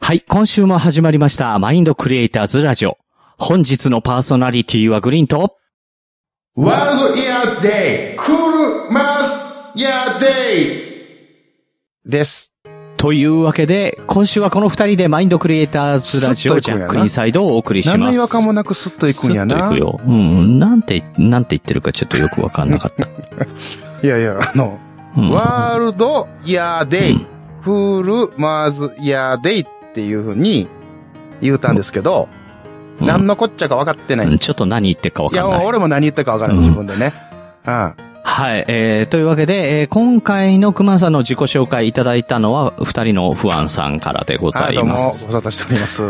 はい、今週も始まりました、マインドクリエイターズラジオ。本日のパーソナリティはグリーンと、ワールドイヤーデイクールマスヤーデイです。というわけで、今週はこの二人でマインドクリエイターズラジオジャックインサイドをお送りします。何の違和感もなくスッと行くんやな。スッといくよ。うんうん。なんて、なんて言ってるかちょっとよくわかんなかった。いやいや、あの、うんワールドイヤーデイ、クールマーズイヤーデイっていうふうに言うたんですけど、うん何のこっちゃか分かってない。うんいちょっと何言ってるかわかや、んない。俺も何言ったか分からない、うん自分でね。うん。はい、えー、というわけで、えー今回の熊さんの自己紹介いただいたのは、二人の不安さんからでござはい、いどうまも、ごす。無沙汰しております。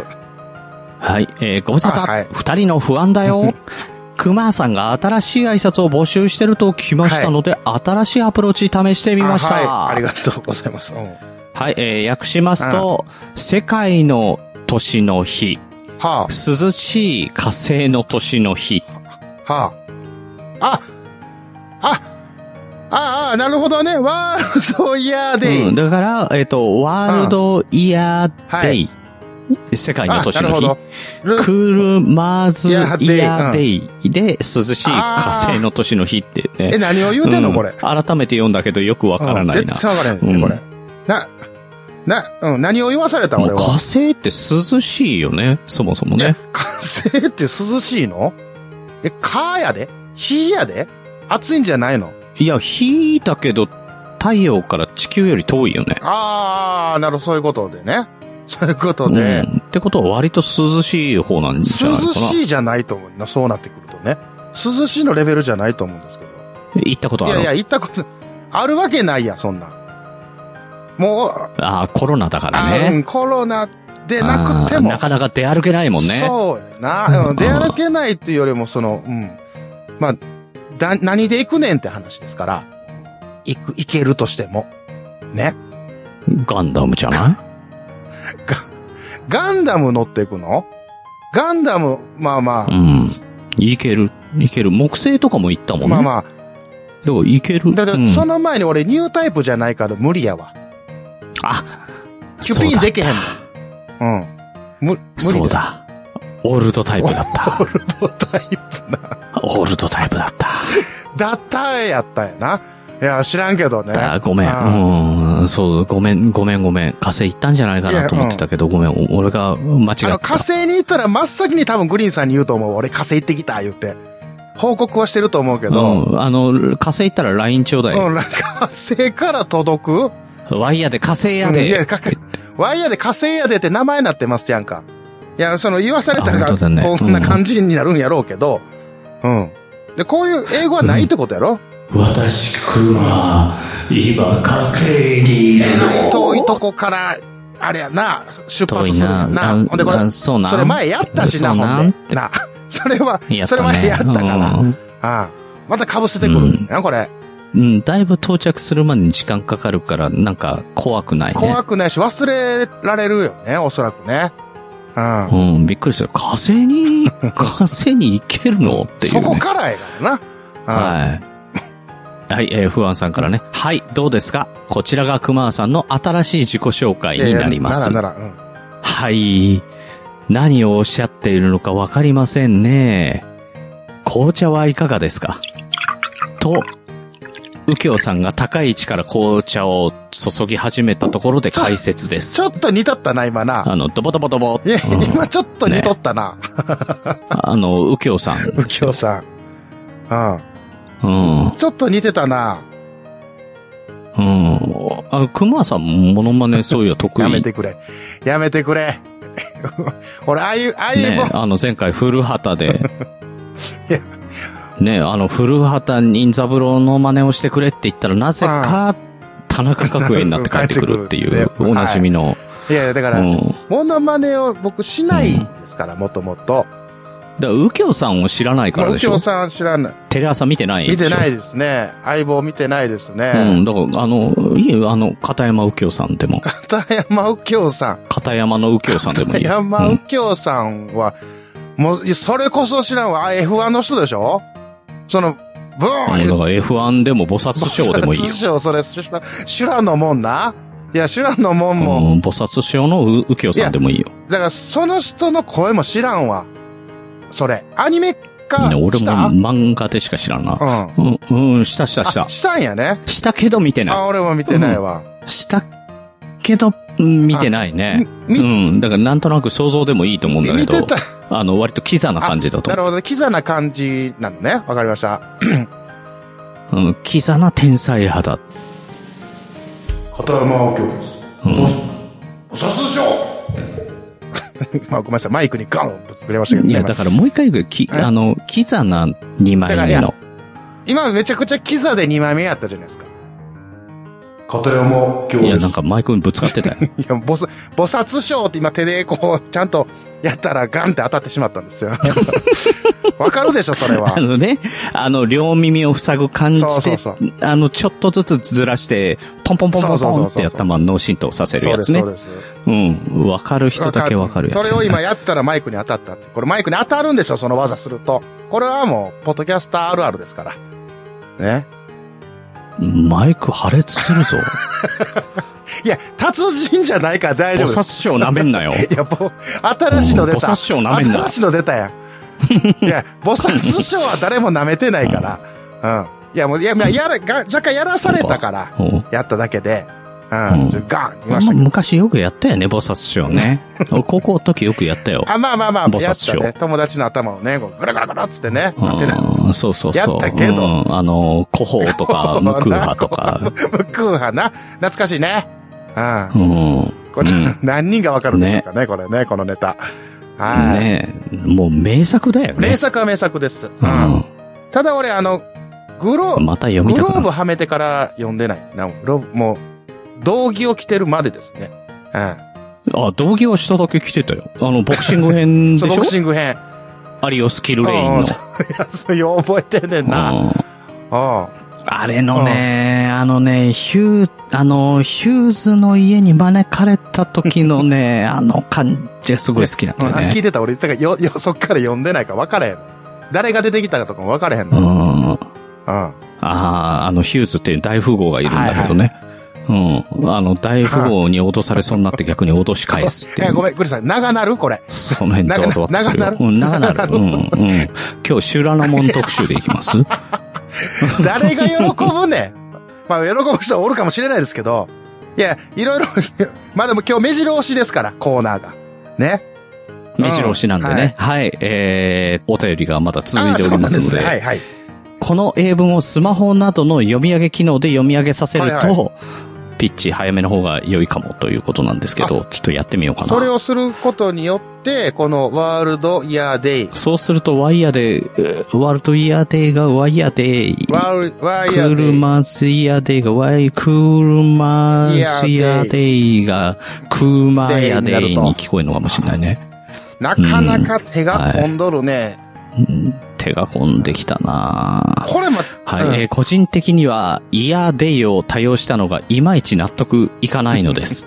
はい、えー、ご無沙あは汰い。二、人の不安だ よ。熊さんが新しい挨拶を募集してると聞きましたので、新しいアプローチ試してみました。あはい、あはりい、がとうございます。うんはえー、訳しますと、世界の年の日、あ、涼しい火星の年の日。はあ。あ、あ、ああ、 なるほどね。ワールドイヤーデイ。うん、だから、えっ、と、ワールドイヤーデイ。世界のあ、年なるのほ日ど。。ルクールマーズイイヤヤーデイーデイで、涼しい火星の年の日ってね。え、何を言うてんのこれうん。改めて読んだけどよくわからなういんな絶。対わからないね、うんこれ。な、な、うん、何を言わされたも俺う火は。星って涼しいよね。そもそもね。火星って涼しいのえ、かやで火やで暑いんじゃないのいや、日だけど、太陽から地球より遠いよね。あー、なるほど、そういうことでね。そういうことうん。で、ってことは割と涼しい方なんじゃないか涼な。しいじゃないと思うな、そうなってくるとね。涼しいのレベルじゃないと思うんですけど。行ったこといあやるいや、行ったこと、あるわけないやん、そんなん。もう、ああ、コロナだからあね。うんコロナでなくてあーも。なかなか出歩けないもんね。そうやな。ううんん、出歩けないっていうよりも、その、うん。まあ、だ、何で行くねんって話ですから。行く、行けるとしても。ね。ガンダムじゃない ガンダム乗っていくのガンダム、まあまうん。いける。いける。木星とかも行ったもあ、んね。まあまでもいけあ。る。だっうんて、その前に俺ニュータイプじゃないから無理やわ。あ、キュピそうンだできへんの。うん。む、無理ですそう。だ。オールドタイプだった。ドタイプな。オールドタイプだった。だったんやったんやな。いや、知らんけどね。あごめん。あうん。そう、ごめん、ごめん、ごめん。火星行ったんじゃないかなと思ってたけど、ごめん。お俺が間違あっの、た火。星に行ったら真っ先に多分グリーンさんに言うと思う。俺火星行ってきた、言って。報告はしてると思うけど。うん。あの、火星行ったら LINE ちょうだうい。ん、なんか火星から届くワイヤーで火星やうんいやで。かかワイヤーで火星やでって名前になってますやんか。いや、その言わされあた本当だら、ねこんな感じになるんやろうけど。うん。で、こういう英語はないってことやろ、私、クマ、今火星にいる遠いとこから、あれやな、出遠発いするな。なな。ほんでこれ、なそうな。それ前やったしな、そうほんで。な。 それは、やったそねれ前やったから。うんああまた被せてくるんだな、これ。うん、だいぶ到着するまでに時間かかるから、なんか怖くないね。怖くないし、忘れられるよね、おそらくね。うん。うん、びっくりした。火星 に、火星に行けるのっていう、そね。こからやからな。はい。はい、えー、不安さんからね。はい、どうですかこちらが熊さんの新しい自己紹う介ん。いやいにやなります。ならなら、うん。はい。何をおっしゃっているのかわかりませんね。紅茶はいかがですかと、右京さんが高い位置から紅茶を注ぎ始めたところで解説ですち。ょっと似とったな、今な。あの、ドボドボドボ。いや、うん今ちょっと似とったな、あの、右京さん。右京さん。うん。うん。ちょっと似てたな。うん。あ、熊さんもモノマネそういうの得 や意。めねてくれ。やめてくれ。 俺、ああいう、ああいうもん、あの、前回古畑で いや。ねあの、古畑任三郎の真似をしてくれって言ったら、なぜか、田中角栄になって帰ってくるってい帰っうて、くるおなじみの。いやいや、だかうら、ん。モノマネを僕しないんですから、もともだと。から右京さんを知らないからで右しょ京さん知らない。テレ朝見てないで見しょてないですね。相棒見てないですうね。ん。だから、あの、いいよあの、片山右京さんでも。片山右京さん。片山の右京さんでもいいよ。山う右ん京さんは、もう、それこそ知らんわ。あ F1 の人でしょその、ブうんだーンから F1 でも菩薩賞でもいいよ師。匠、それ、知らん、知らんのもんな。いや、知らんのもんも、うん、菩薩師匠のう右京さんでもいいよ。だから、その人の声も知らんわ。それ。アニメ化ね俺しもた漫画でしか知らんな。うん。うん、うん、したしたしあた。したんやね。したけど見てあ、な俺も見てないわ。い。したけど、うん見てないね。うみみん、だからなんとなく想像でもいいと思うんだけ見てど、た。あの、割とキザな感じだとな思るほど。キザな感じなのね。わかりました。う。うん、キザな天才派だ。片山右京です。お察ししょ まあ、ごめんなさい。マイクにガンぶつぶれましたけいどね。や、だからもう一回言うけどき、えあの、キザな二枚だからい目やの。今今めちゃくちゃキザで2枚目やったじゃないですか。片山京いや、なんかマイクにぶつかってたよ。いや、ボス、菩薩賞って今手でこう、ちゃんとやったらガンって当たってしまったん ですよ。わかるでしょ、それは あ。のね、あの、両耳を塞ぐ感じで、そうそうそうあの、ちょっとずつずらして、ポンポンポンポンそうそポンうそうっそうてやったまん脳浸透させるそうやでつす、ねそう。です。うん。わかる人だけわかるやつ、それを今やったらマイクに当たったって。これマイクに当たるんですよ、その技すると。これはもう、ポッドキャスターあるあるですから。ね。マイク破裂するぞ。いや、達人じゃないから 大菩丈夫で薩す。師匠舐めん なよ。いや、ぼ、新しいの出うん菩た。薩師匠舐めんな新しいの出たや ん。いや、菩薩賞は誰も舐めてないから。うん。いや、もう、いや、いややら、が若干やらされたから。うんやっただけで、ううんん、ちょガンまいまあしたけど。昔よくやったよね、菩薩師匠 ね。俺高校の時よくやったよ。あ、まあまあま菩あ、薩やった賞ね。友達の頭をね、こうぐらぐらぐらっつってね、なってな。うん、そうそうそう。やったけどうん、あの、古法とか、 無空派とか。ムクーハな。懐かしいね。う。うんん。これうん何人がわかるんでしょうかね、これね、このネタ。はい。ねもう名作だよね。名作は名作です。う。うんただ俺、あの、グロん。また読みグたロくーなブる。はめてから読んでない。なグローブもう、道着を着てるまでですね。うあ、道着は下だけ着てたよ。あの、ボクシング編ん。 そうでボしょクシング編。アリオスキルレインうのん。いやそうよう覚えてんねんな。うん。うんあれのね、あのね、ヒュー、あの、ヒューズの家に招かれた時の ね、あの感じがすごい好きなんうん、だよ聞ね。いてた俺、だからよ、よ、そっから読んでないから分からへん。誰が出てきたかとかも分からへんうの。うん。ん。あああー、あの、ヒューズっていう大富豪がいるんだけどね。うん。あの、大富豪に脅されそうになって逆に脅し返すってい いや、うご。めん、グリさん、長なるこれ。その辺ざわざわっとするよ長。なうん、長なる。 うん、うん。今日、修羅の門特集でいきます誰が喜ぶねん。 まあ、喜ぶ人おるかもしれないですけど。いや、いろいろ、 まあでも今日目白押しですから、コーナーが。ね。目白押しなんでね。はい。えー、お便りがまだ続いておりますあーのそうで。なんはいはい。この英文をスマホなどの読み上げ機能で読み上げさせると、はいピッチ早めの方が良いかもということなんですけど、ちょっとやってみようかな。それをすることによって、このワールドイヤーデイ。そうするとワイヤーで、えーワールドイヤーデーがワイヤーデー、ワール、ワイヤーデイ。車すイヤーデーがワイ、車すイヤーデーが車イヤーデーに聞こえるのかもしれないね。なかなか手が込んどるね。うん手が込んできたなぁこれま、はい、うんえー個人的には、イヤーデイを多用したのがいまいち納得いかないの です。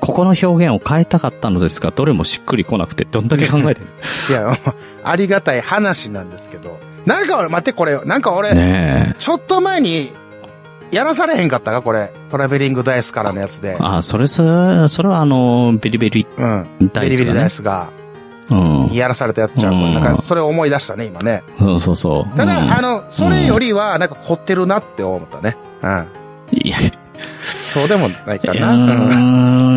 ここの表現を変えたかったのですが、どれもしっくりこなくて、どんだけ考え てるいや、ありがたい話なんですけど。なんか俺、待って、これ、なんか俺、ねえ。ちょっと前に、やらされへんかったか、これ。トラベリングダイスからのやつで。あ、それ、それ、それはあの、ビリビリうん。ダビイリスビがリダねイ。スが、うん。やらされたやつじゃ。うんんなんか、それを思い出したね、今ね。そうそうそう。ただ、うんあの、それよりは、なんか凝ってるなって思ったね。うん。いや、そうでもないかいやな。うん。うー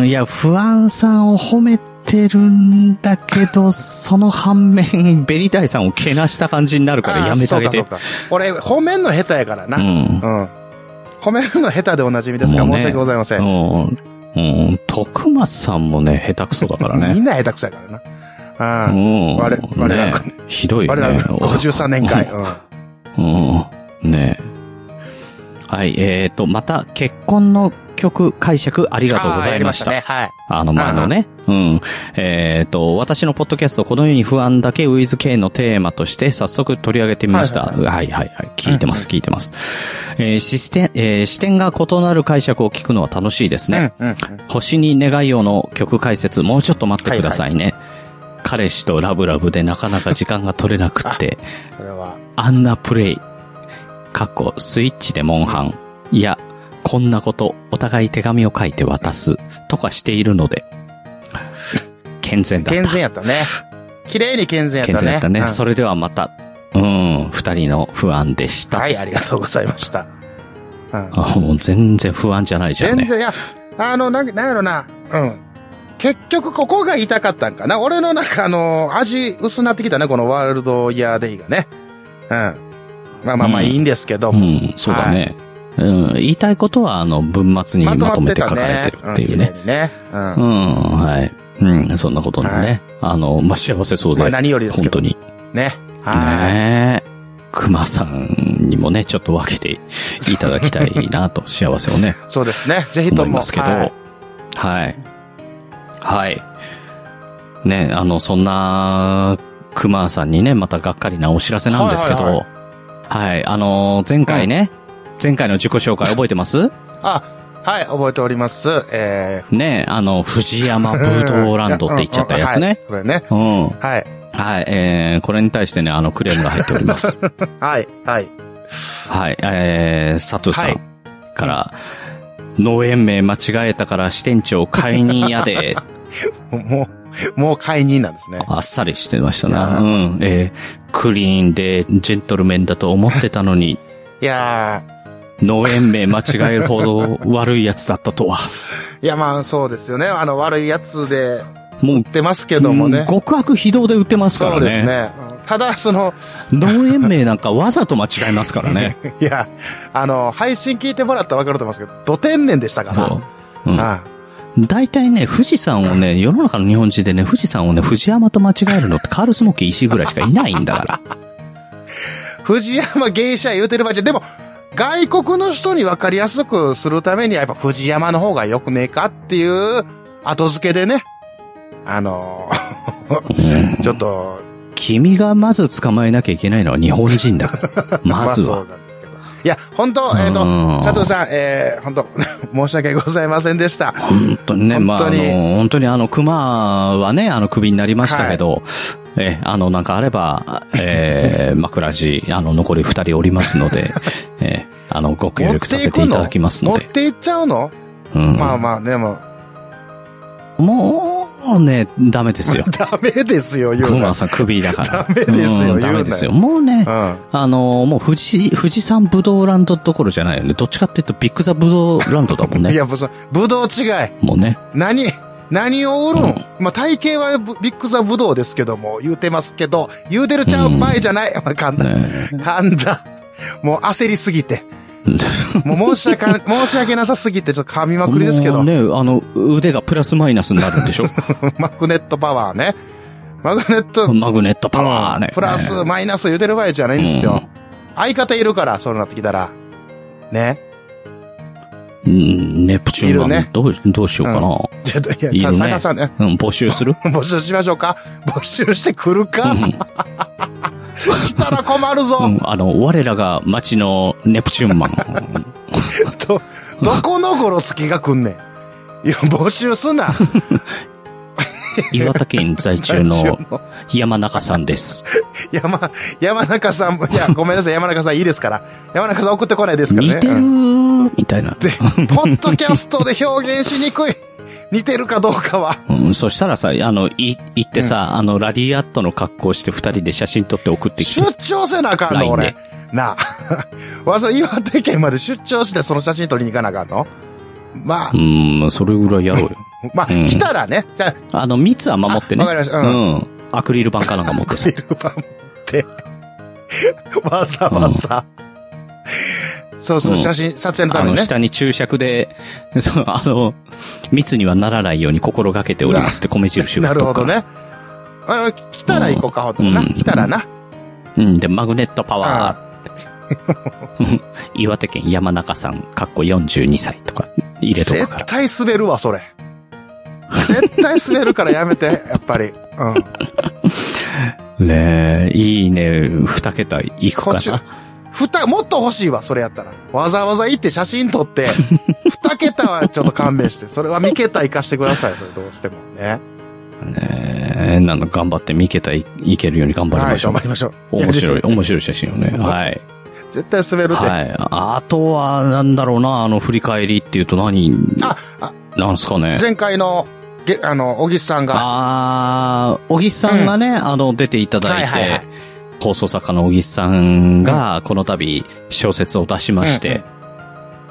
んいや、不安さんを褒めてるんだけど、その反面、ベリダイさんをけなした感じになるからやめてあげそてう。か、そうか。俺、褒めんの下手やからうな。んう。ん。褒めるの下手でおなじみですから、もう申ねし訳ございません。うん。うん。徳松さんもね、下手くそだからみね。んな下手くそやからな。ううん。ん。我我らねひどいよ我ね。ら53年会。うん。うん。ねはい、えっ、と、また、結婚の曲解釈ありがとうございました。ああーやりね。はい。の前のね。うん。えっ、と、私のポッドキャスト、このように不安だけウィズ K のテーマとして早速取り上げてみました。ははいいはいはい。聞いてます、聞いてます。えー視点、えー視点が異なる解釈を聞くのは楽しいですね。うんうん星に願いをの曲解説、もうちょっと待ってくださいね。彼氏とラブラブでなかなか時間が取れなくって、それは。あんなプレイ、過去スイッチでモンハン、いや、こんなこと、お互い手紙を書いて渡す、とかしているので、健全だった。健全やったね。綺麗に健全やったね。健全だったね。うんそれではまた、うん、二人の不安でした。はい、ありがとうございました。うん。あもう全然不安じゃないじゃん全ね。然、いや、あの、なんかなんやろな。うん。結局、ここが言いたかったんかな。俺のなんか、あの、味薄なってきたね、このワールドイヤーデイがね。うん。まあまあまあ、うんいいんですけど、うん、そうだね。うん、言いたいことは、あの、文末にまとめて書かれてるっていうね。うん綺麗にね。うん。うん、はい。うん、そんなことにはね。あの、まあ、幸せそうまあで、何よりです本け当ど。に。ね。はい。ねえ。熊さんにもね、ちょっと分けていただきたいな と、幸せをね、そうですね。ぜひと思も。いますけど。はいはい。はい。ね、あの、そんな、熊さんにね、またがっかりなお知らせなんですけど、ははいいはあの、前回ね、前回の自己紹介覚えてますあ、はい、覚えております。えね、あの、藤山ブドウランドって言っちゃったやつね。 ー、はいそれね。うん。はい。はい、えー、これに対してね、あの、クレームが入っており ます。はい、はい。はい、えー、佐藤さはんいから、農園名間違えたから支店長解任やで、もう、もう解任なんですね。あっさりしてましたあな。うーん、えー、クリーンでジェントルメンだと思ってたのに、 いや農園名間違えるほど悪いやつだったとは。ー、いやまあそうですよね。あの悪いやつでもう、出ますけどもうんね。極悪非道で売ってますかそらうね。ですね。うんただ、その、 農園名なんかわざと間違えますからね。いや、あの、配信聞いてもらったらわかると思いますけど、土天然でしたから。そう。うんあ大体ね、富士山をね、世の中の日本人でね、富士山をね、藤山と間違えるのってカールスモッキー石井ぐらいしかいないんだから。藤山芸者言うてる場合じゃ、でも、外国の人にわかりやすくするためには、やっぱ藤山の方が良くねえかっていう、後付けでね。あの、 ちょっと、君がまず捕まえなきゃいけないのは日本人だ から。まずあは。そうなんですけど。いや、本当えっ、と、うん佐藤さん、えー、本当 申し訳ございませんでした。本当にね、まあ、本あ当にの、本当にあの、熊はね、あの、首になりましたけど、え、あの、なんかあれば、 えー、枕地、あの、残り二人おりますので、えー、あの、ご協力させていただきます持のっで。ていっちゃうの、うん、まあまあ、でも、もうね、ダメですよ。ダメですよ、 言うな。熊さん首だから。ダメですようんダ言うなメよですよ。もうね、うん。あの、もう富士、富士山ブドウランドどころじゃないよね。どっちかっていうとビッグザブドウランドだもんいね。や、もうその、ぶどう違い。もうね。何、何を売るん、うんまあ、体型はぶビッグザブドウですけども、言うてますけど、言うてるちゃううん前じゃない。まあ、噛んだ。ね噛んだ。もう焦りすぎて。もう申し訳 な、申し訳なさすぎて、ちょっと噛み まくりですけもどう。ね、あの、腕がプラスマイナスになるんで しょマグネットパワーね。マグネットマグネットパワーね。プラス、ねマイナス言うてる場合じゃないんですよ。う相方いるから、そうなってきたら。ね。うん、ネプチューンはいるねどう、どうしようかな。ちょっと、いいいや、よさ、ね坂さんね、 うん、募集する募集しましょうか。募集してくるうか。ん来たら困るうぞ。ん、あの、我らが街のネプチューンマ ン。ど、どこのゴロつきが来んねん。いや、募集すな。岩手県在住の山中さんです。 山、山中さんも、いや、ごめんなさい、山中さんいいですから。山中さん送ってこないですからね。似てるうんみたいな。ポッドキャストで表現しにくい。似てるかどうかは。うん、そしたらさ、あの、い、行ってさ、あの、ラリアットの格好して二人で写真撮って送ってきて。出張せなあかんの、 LINE 俺で。なあ。 わざわざ岩手県まで出張してその写真撮りに行かなあかんのまあう、ん、それぐらいやろうよ。まあ、うん来たらね。じゃああの、密は守ってね。あわかりましたううんん。アクリル板かなんか持ってさ シ。ルバー持って、わざわざ、そうそうう、ん写真、撮影のあためにの、ね。下に注釈で、 そう、あの、密にはならないように心がけておりますって米印をなる振ほっとどくからね。あの、来たら行こうか、ほんとうな。ん来たらな。うん、で、マグネットパワ ー。岩手県山中さん、かっこ42歳とか入れとくから絶。対滑るわ、それ。絶対滑るからや めて、やっぱり。うん。ねえ、いいね、二桁いくこかっちな。、ふた、もっと欲しいわ、それやったら。わざわざ行って写真 撮って、二桁はちょっと勘弁して、それは三桁行かしてください、それどうしてもね。ねえ、なんだ、頑張って見けたい、いけるように頑張りはまい、しょう頑張。りましょう。面白いい、面白い写真をね。はい。や。絶対滑るで。はい。あとは、なんだろうな、あの、振り返りっていうと何、ああなんすかね。前回の、げあの、小木さんが、ああ、小木さんがね、あの、出ていただいて、はいはいはい放送作家の小木さんが、この度、小説を出しまして、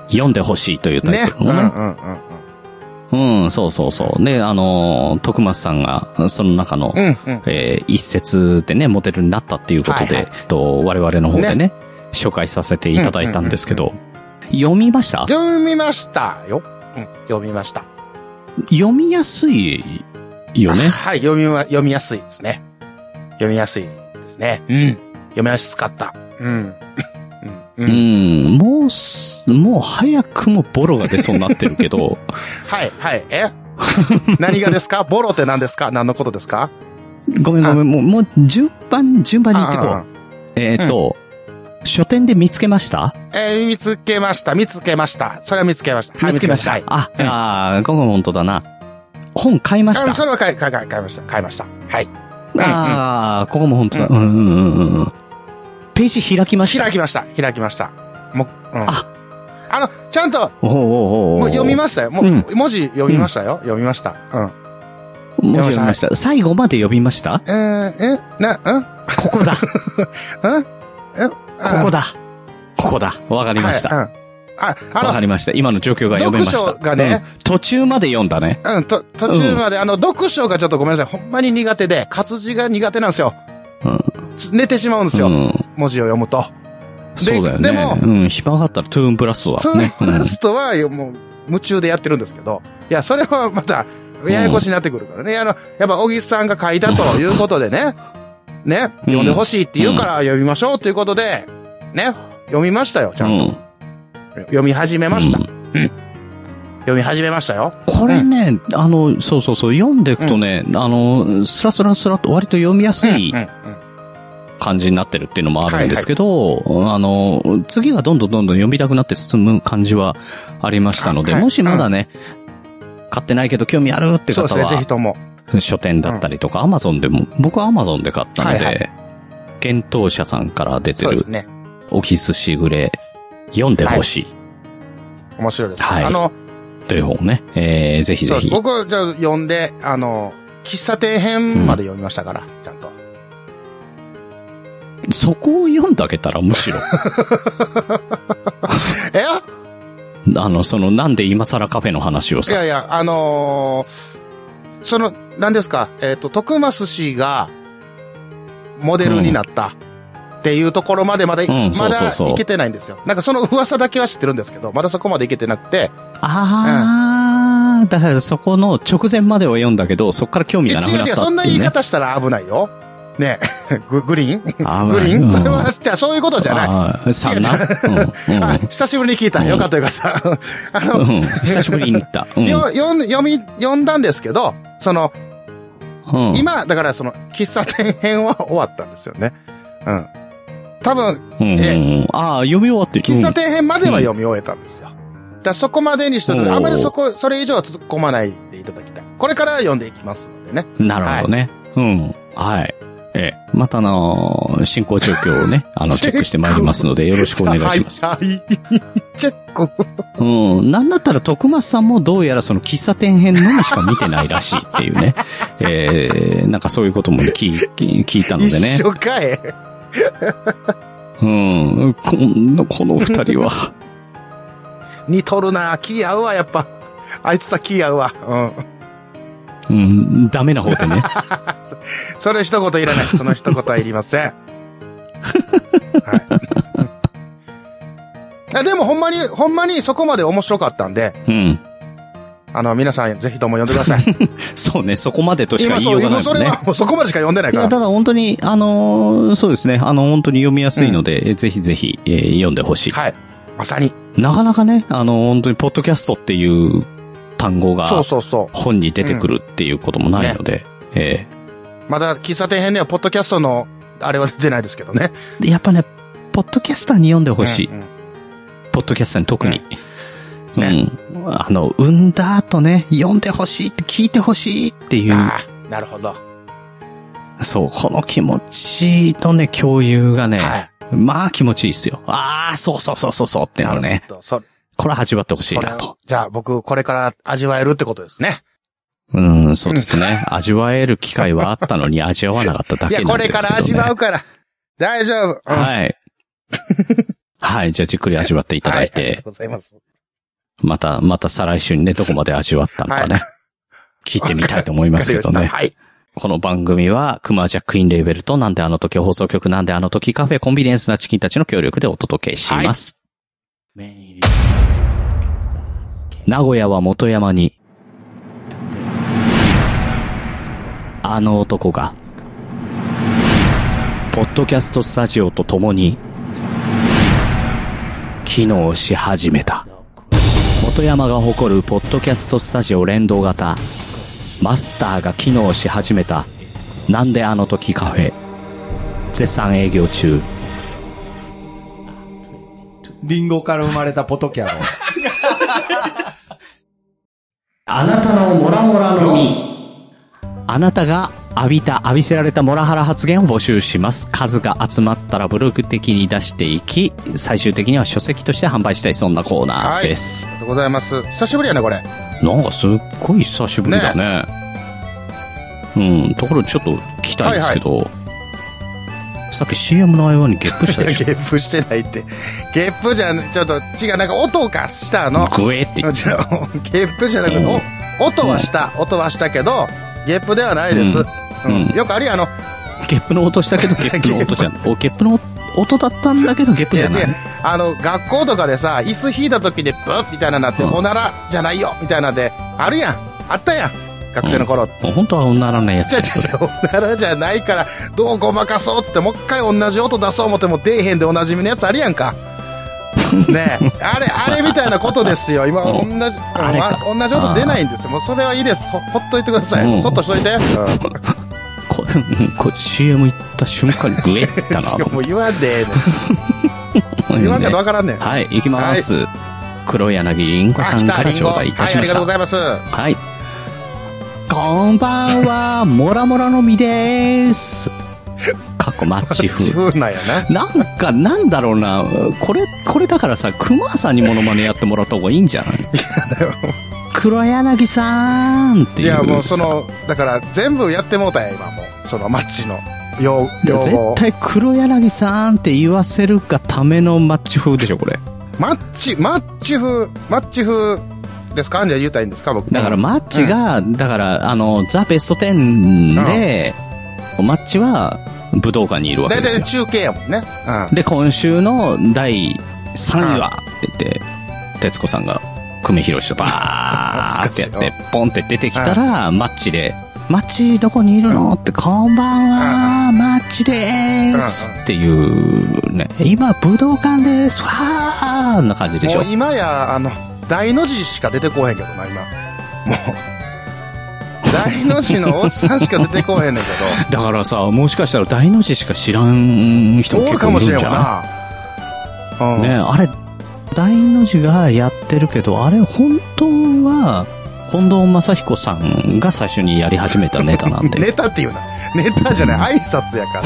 読んでほしいというタイね。トうルんのうんね。うんうん。うん、そうそうそう。で、あの、徳松さんが、その中の、うんうん。えー一節でね、モデルになったっていうことで、はいはと我々の方でね紹介させていただいたんですけど、読みました読みましたよ。うん、読みました。読みやすいよね。はい、読みは、読みやすいですね。読みやすいですね。うん。読みやすかった。うん。ううん。う。んん、もうす、もう早くもボロが出そうになってるけ ど、はい、はい、え 何がですかボロって何ですか何のことですかごめんごめん、もう、もう順番、順番に行ってあこう。えっ、と、書店で見つけましたあえー見つけました、見つけました。それは見つけました。はいはいあ、あー、ゴゴモントだな。本買いましあたそれは買い、買い、買い買いました。買いました。はい。うんああ、ここも本当だ。うんうんうんうん。ページ開きました。開きました。開きました。もう、うん。ああの、ちゃんと、おうおうおうおもうう読みましたよ。もう、うん文字読みましたよ。読みました。うん。もう読みました。最後まで読みましたえー、え、な、うんこ こだ。こここだ。ここだ。わかりました。わ、はいうん、あ、あのか、りました。今の状況が読めました。読書がねうん途中まで読んだね。うん、と、途中まで、あの、読書がちょっとごめんなさい。ほんまに苦手で、活字が苦手なんですよ。うん寝てしまうんですよ。うん文字を読むと。そうだよね。でもうん、暇があったらトゥーンブラストそだ。のね。うん ラストは、もう、夢中でやってるんですけど。いや、それはまた、ややこしになってくるからね。あの、やっぱ、小木さんが書いたということでね。ね、読んでほしいって言うから読みましょうということで、ね、読みましたよ、ちゃんと。うん読み始めました。うん読み始めましたよ。これね、あの、そうそうそう、読んでいくとね、あの、スラスラスラっと割と読みやすいうん、うん。感じになってるっていうのもあるんですけど、あの、次がどんどんどんどん読みたくなって進む感じはありましたので、はいもしまだね、買ってないけど興味あるってそう方ですね、ぜひは、とも。書店だったりとか、アマゾンでも、僕はアマゾンで買ったので、はい検討者さんから出てそうでるす、ね。オキスしぐれ、読んでほしい面白いです。はいあの、という本ね、えー、ぜひぜそうですひ。僕はじゃあ読んで、あの、喫茶店編まで読みましたから、ちゃんと。そこを読んであげたらむしろ、 えあの、その、なんで今更カフェの話をいさ、やいや、あのーその、何ですか、えっ、と、徳増氏が、モデルになった。っていうところまでまだ、んまそうだそうそういけてないんですよ。なんかその噂だけは知ってるんですけど、まだそこまでいけてなくて、あー、だからそこの直前までは読んだけど、そこから興味違がなくうなっ違う、たっそんなてい言ういね。方したら危ないよ。ね ググリーングあーリーンそうれ、んは、じゃあそういうことじゃない。ああ、さんな。あ久しぶりに聞いた。よかったよかった。あのうん、うん。うん。久しぶりに行った。うん。よ読ん読み、読んだんですけど、その、うん、今、だからその、喫茶店編は終わったんですよね。うん。多分、うんうんうん、ああ、読み終わってる。喫茶店編までは読み終えたんですよ。だからそこまでにしといて、おーあまりそこ、それ以上は突っ込まないでいただきたい。これから読んでいきますのでね。うんなるほどね。うん。はい。ええ、またあのー、進行状況をね、あの、チェックしてまいりますので、よろしくお願いします。はい。はい。チェック。うん。なんだったら、徳松さんもどうやらその喫茶店編のみしか見てないらしいっていう ね。ええなんかそういうことも聞い聞い聞いたのでね一。緒かい。うん。この、この二人 は。似とるな気合うわ、やっぱ。あいつさ、気合うわ。うん。うん、ダメな方でね。それ一言いらない。その一言はいりません。はい。 あでも、ほんまに、ほんまにそこまで面白かったんで、うん。あの、皆さん、ぜひとも読んでく ださい。そうね、そこまでとしか今、言いよそうう、がないもん今、それね。は、もうそこまでしか読んでないいかや、たら。だ本当に、あのーそうですね。あの、本当に読みやすいので、えぜひぜひ、えー読んでほしい,、はい。まさに。なかなかね、あの、本当に、ポッドキャストっていう単語そうが、そうそ本に出てくるっていうこともないので、えう。まだ、喫茶店編では、ポッドキャストの、あれは出てないですけどね。ーでやっぱね、ポッドキャスターに読んでほしい、うんうんポッドキャスターに特に。うん。ねあの、産んだ後ね、読んでほしいって、聞いてほしいっていう、ああ、なるほど。そう、この気持ちとね、共有がね、はい。まあ気持ちいいっすよ。ああ、そうそうそうそうそうってなるね。ほど。そこれは味わってほしいな。ことれじゃあ僕、これから味わえるってことですね。うん、そうですね。味わえる機会はあったの に味わわなかっただいや、けこなんでれすけど、ね。から味わうから。大丈夫。うんはい。はい、じゃあじっくり味わっていただいはありがてと、うございます。また、また再来週にね、どこまで味わったのかね。聞いてみたいと思いますけどわかりねました。はい。この番組は、クマジャックインレーベルと、なんであの時放送局、なんであの時カフェ、コンビニエンスなチキンたちの協力でお届けします。名古屋は元山に、あの男が、ポッドキャストスタジオと共に、機能し始めた。元山が誇るポッドキャストスタジオ連動型、マスターが機能し始めた、なんであの時カフェ、絶賛営業中。リンゴから生まれたポトキャロ。あなたのモラモラの実。あなたが浴びた、浴びせられたモラハラ発言を募集します。数が集まったらブログ的に出していき、最終的には書籍として販売したい、そんなコーナーです。ありがとうございます。久しぶりやね、これ。なんかすっごい久しぶりだね。うん、ところでちょっと聞きたいんですけど、さっき CM の合間にゲップしいたやでし ゲップしてないって。ゲップじゃん、ちょっと違う、なんか音がしたの。ょ。グエーって言っじゃあゲップじゃなくて、うんお音はした、音はしたけど、ゲップではないです。ううんうんよくあるやんあの、ゲップの音したけど、ゲップの音じゃん。お、ゲップの音だったんだけど、ゲップじゃないいや違う。あの、学校とかでさ、椅子引いた時にブッみたいなのなって、うんおならじゃないよみたいなんで、あるやん。あったやん。学生の頃。もう本当は女らないやつじゃでじゃすじ。ゃおならじゃないから、どうごまかそうっつって、もう一回同じ音出そう思っても出えへんでおなじみのやつあるやんか。ねえ、あれ、あれみたいなことですよ。今、同うじ、あれかま同じ音出ないんですよ。もうそれはいいです。ほほっといてください。うんそっとしといて。うんこうんこ CM 行った瞬間にグエッたな。しかも言わんでええねんうん 言わんかねとわからんねん。あ、はい、行きます。黒柳りんごさんから頂戴いたしまはい、ありしたがとうご。ざいます。はい。こんばんは、モラモラの実でーす。過去マッチ風自。分なんやなな。んか、なんだろうな、これ、これだからさ、熊さんにモノマネやってもらった方がいいんじゃない黒柳さーんっていいうさ。や、もうその、だから全部やってもうたんや、今もう。そのマッチの用いや、用絶。語対黒柳さんって言わせるがためのマッチ風でしょ、これ。マッチ、マッチ風、マッチ風ですかじゃあ言うたらいいんですか僕。だから、マッチが、だから、あの、ザ・ベスト10で、マッチは武道館にいるわけ大です体よ。中継やもんね。うん。で、今週の第3位は、って言って、徹子さんが、久米宏とバーってやっ懐て、ポンって出てきたら、マッチで、マッチどこにいるのって、こんばんは、マッチでーすっていう、ね、今武道館です、わーな感じでしもょう。今や、あの、大の字しか出てこうへんけどな、今。もう。大の字のおっさんしか出てこうへんねんけだからさ、もしかしたら大の字しか知らん 人ど。もお結るか構もいしるんれんじゃわなな。ういん。ねあれ、大の字がやってるけど、あれ本当は、近藤正彦さんが最初にやり始めたネタ なんで。ネタっていうな。ネタじゃない。挨拶やから。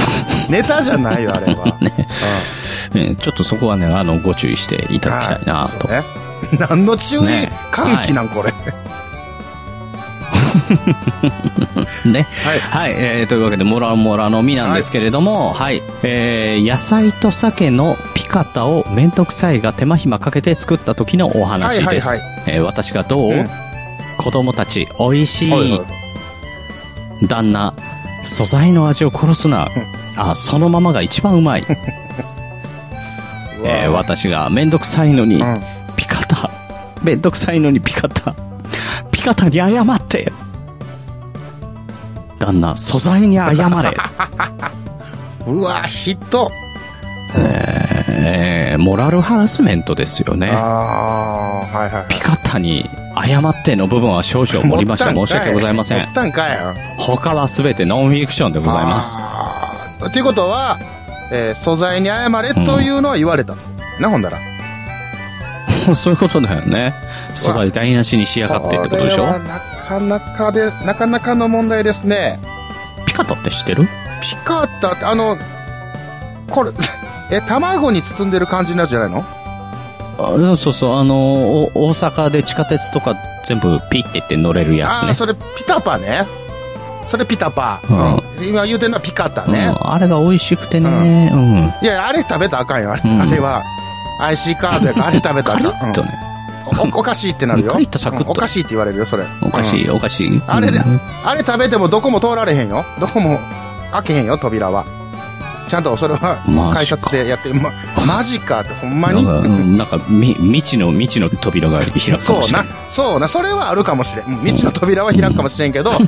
ネタじゃないよ、あ れは。ねちょっとそこはね、あの、ご注意していただきたいなと。ね。何の注意ね喚起なん、これ。はね。い。はい、えー、というわけで、モラモラの実なんですけれども、はい、えー、野菜と鮭のピカタをめんどくさいが手間暇かけて作った時のお話です。はいはえー私がどう、うん子供たち、美味しい。はいはい旦那、素材の味を殺すな。あ、そのままが一番うまい。えーうわ私がめんどくさいのに、うんピカタ。めんどくさいのにピカタ。ピカタに謝って。旦那、素材に謝れ。 うわ、人。えーモラルハラスメントですよあね。あー、はいはい。ピカタに謝っての部分は少々 盛りました。申持っしたんか訳ございませ持んっ。たんかい。他は全てノンフィクションでございます。す。ということは、えー素材に謝れというのは言われた。な、ほんだら。 そういうことだよ ね。素材台無しにしやがってってことでしこれょはなかなかで、なかなかの問題ですね。ピカタって知ってるピカタって、あの、これ、 え、卵に包んでる感じになるじゃないのあそうそう、あの、お大阪で地下鉄とか全部ピッてって乗れるやつあねあ、。それピタパね。それピタパ。ううん、今言うてんのはピカタうんね。あれが美味しくてね、うん。いや、あれ食べたらあかんよ。あれ,、うんあれは IC カード やから、あれ食べたカリらあかんッとね。うんおおかしいってなるよ。カリッとサクッとうんおかしいって言われるよ、それ。おかしうんい、おかしい。あれでうんあれ食べてもどこも通られへんよ。どこも開けへんよ、扉は。ちゃんとそれはマ改ジか札でやって、ま、マジかって、ほんまに。うんなんか、み、未知の、未知の扉が開くかそもうしれなない。、そうな、それはあるかもしれん。うん道の扉は開くかもしれ んけど、あの、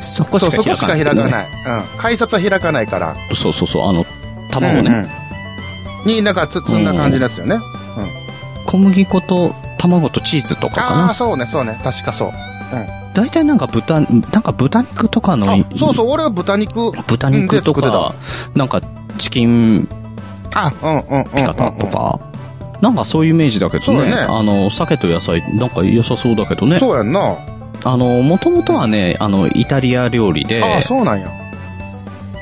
そこそしかう、そこ開しか開かない。うん。改札は開かないから。い。そうそうそう、あの、卵うんうね。んに、なんか、つ、つんだ感じですよね。小麦粉と卵とチーズとかかああー、な。そうね、そうね。確かそう。大体なんか豚、なんか豚肉とかのあ、、そうそう、俺は豚肉。豚肉とうんで作か、なんかチキンあ、うんうんうんうんうん。ピカタとか、なんかそういうイメージだけどそうだね、ねあの、鮭と野菜、なんか良さそうだけどね。そうやんな。あの、もともとはね、あの、イタリア料理で、ああ、そうなんや。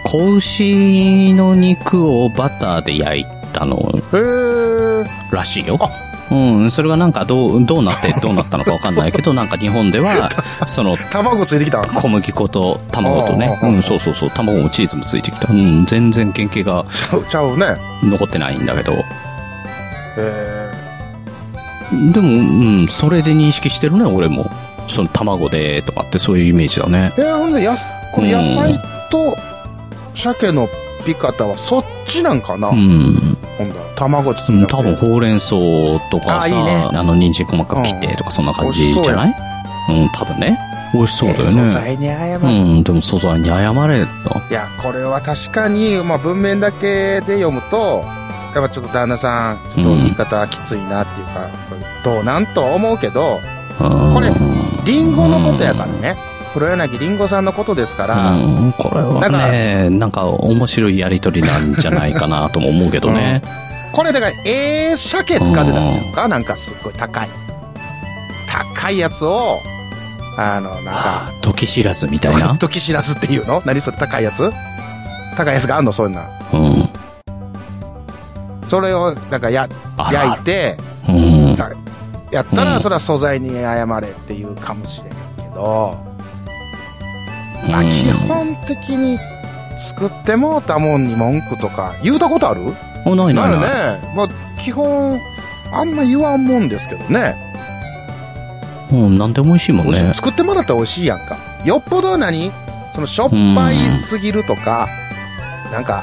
子牛の肉をバターで焼いたのへえ。らしいよ。うん、それがなんかどう、どうなってどうなったのかわかんない けど、なんか日本では、その、卵ついてきたん小麦粉と卵とね、うああん、そうそうそう、卵もチーズもついてきた。うん、全然原型がちゃう、ちゃうね。残ってないんだけど、へでも、うん、それで認識してるね、俺も。その卵でとかってそういうイメージだね。え。え、ほんで、やす、これう野ん菜と鮭のピカタはそっちなんかな、うん。ほんだら卵包うんんだ。多分ほうれん草とかさ、あいいねあの人参細かく切ってとかそんな感じじゃないうん、多分ね。美味しそうだよ素ね。材に謝る。ういん、でも素材に謝れと。や、これは確かに、まあ文面だけで読むと、やっぱちょっと旦那さん、ちょっと言い方きついなっていうか、どうなんとは思うけど、うんこれリンゴのことやからね。黒柳りんごさんのことですから、うん、これはね、なんか面白いやりとりなんじゃないかなとも思うけどね。これだから、ええ鮭使ってたんじゃんかなんかすっごい高い。高いやつを、あの、なんか、あー時知らずみたい な。時知らずっていうの何それ高いやつ高いやつがあんのそんな。うん。それを、なんかや、あら焼いて、うん。たやったうら、んそれは素材に謝れっていうかもしれんけど、まあ基本的に作ってもうたもんに文句とか言うたことあるうんないなないるない。ね。まあ、基本、あんま言わんもんですけどね。うん、なんでも美味しいもん美味しいね。作ってもらったら美味しいやんか。よっぽど何そのしょっぱいすぎるとか、なんか、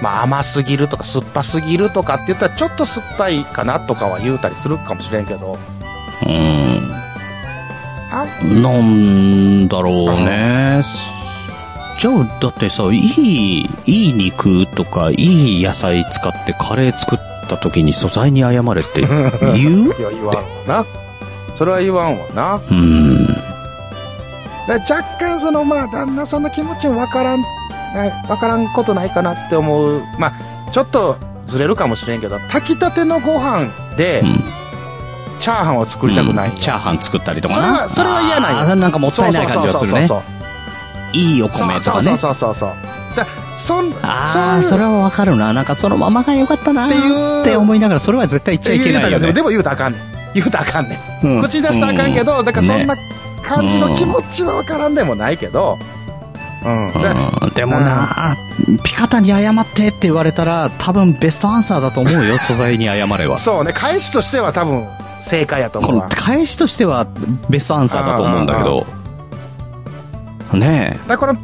まあ甘すぎるとか酸っぱすぎるとかって言ったらちょっと酸っぱいかなとかは言うたりするかもしれんけど、うん。あなんだろうね。じゃあ、だってさ、いい、いい肉とか、いい野菜使ってカレー作った時に素材に謝れって 言ういや言わんわな。それは言わんわな。うん。だから若干そのまあ旦那さんの気持ちもわからん、なわからんことないかなって思う。まあ、ちょっとずれるかもしれんけど、炊きたてのご飯でうんチャーハンを作りたくない。うんチャーハン作ったりとかな。それはそれは嫌なんよあーそれなんかもっそたういそなういそ感うじがすそうるそうねそ。う。いいお米とかね。そうそうそうそうそうだそんああ、それははわかるな。なんかそのままが良かったな。っていうって思いながら、それは絶対言っちゃいけないよね。でも言うたらあかんねん言うたらあかんねん、うん口に出したらあかんけど、だからそんな感じのね気持ちはわからんでもないけどうん、だからうんでもな、ピカタに謝ってって言われたら、多分ベストアンサーだと思う よ、素材に謝れは。そうね返しとしては多分正解やとこ思うのわだか返しとしてはベストアンサーだと思うんだけど。ねらこの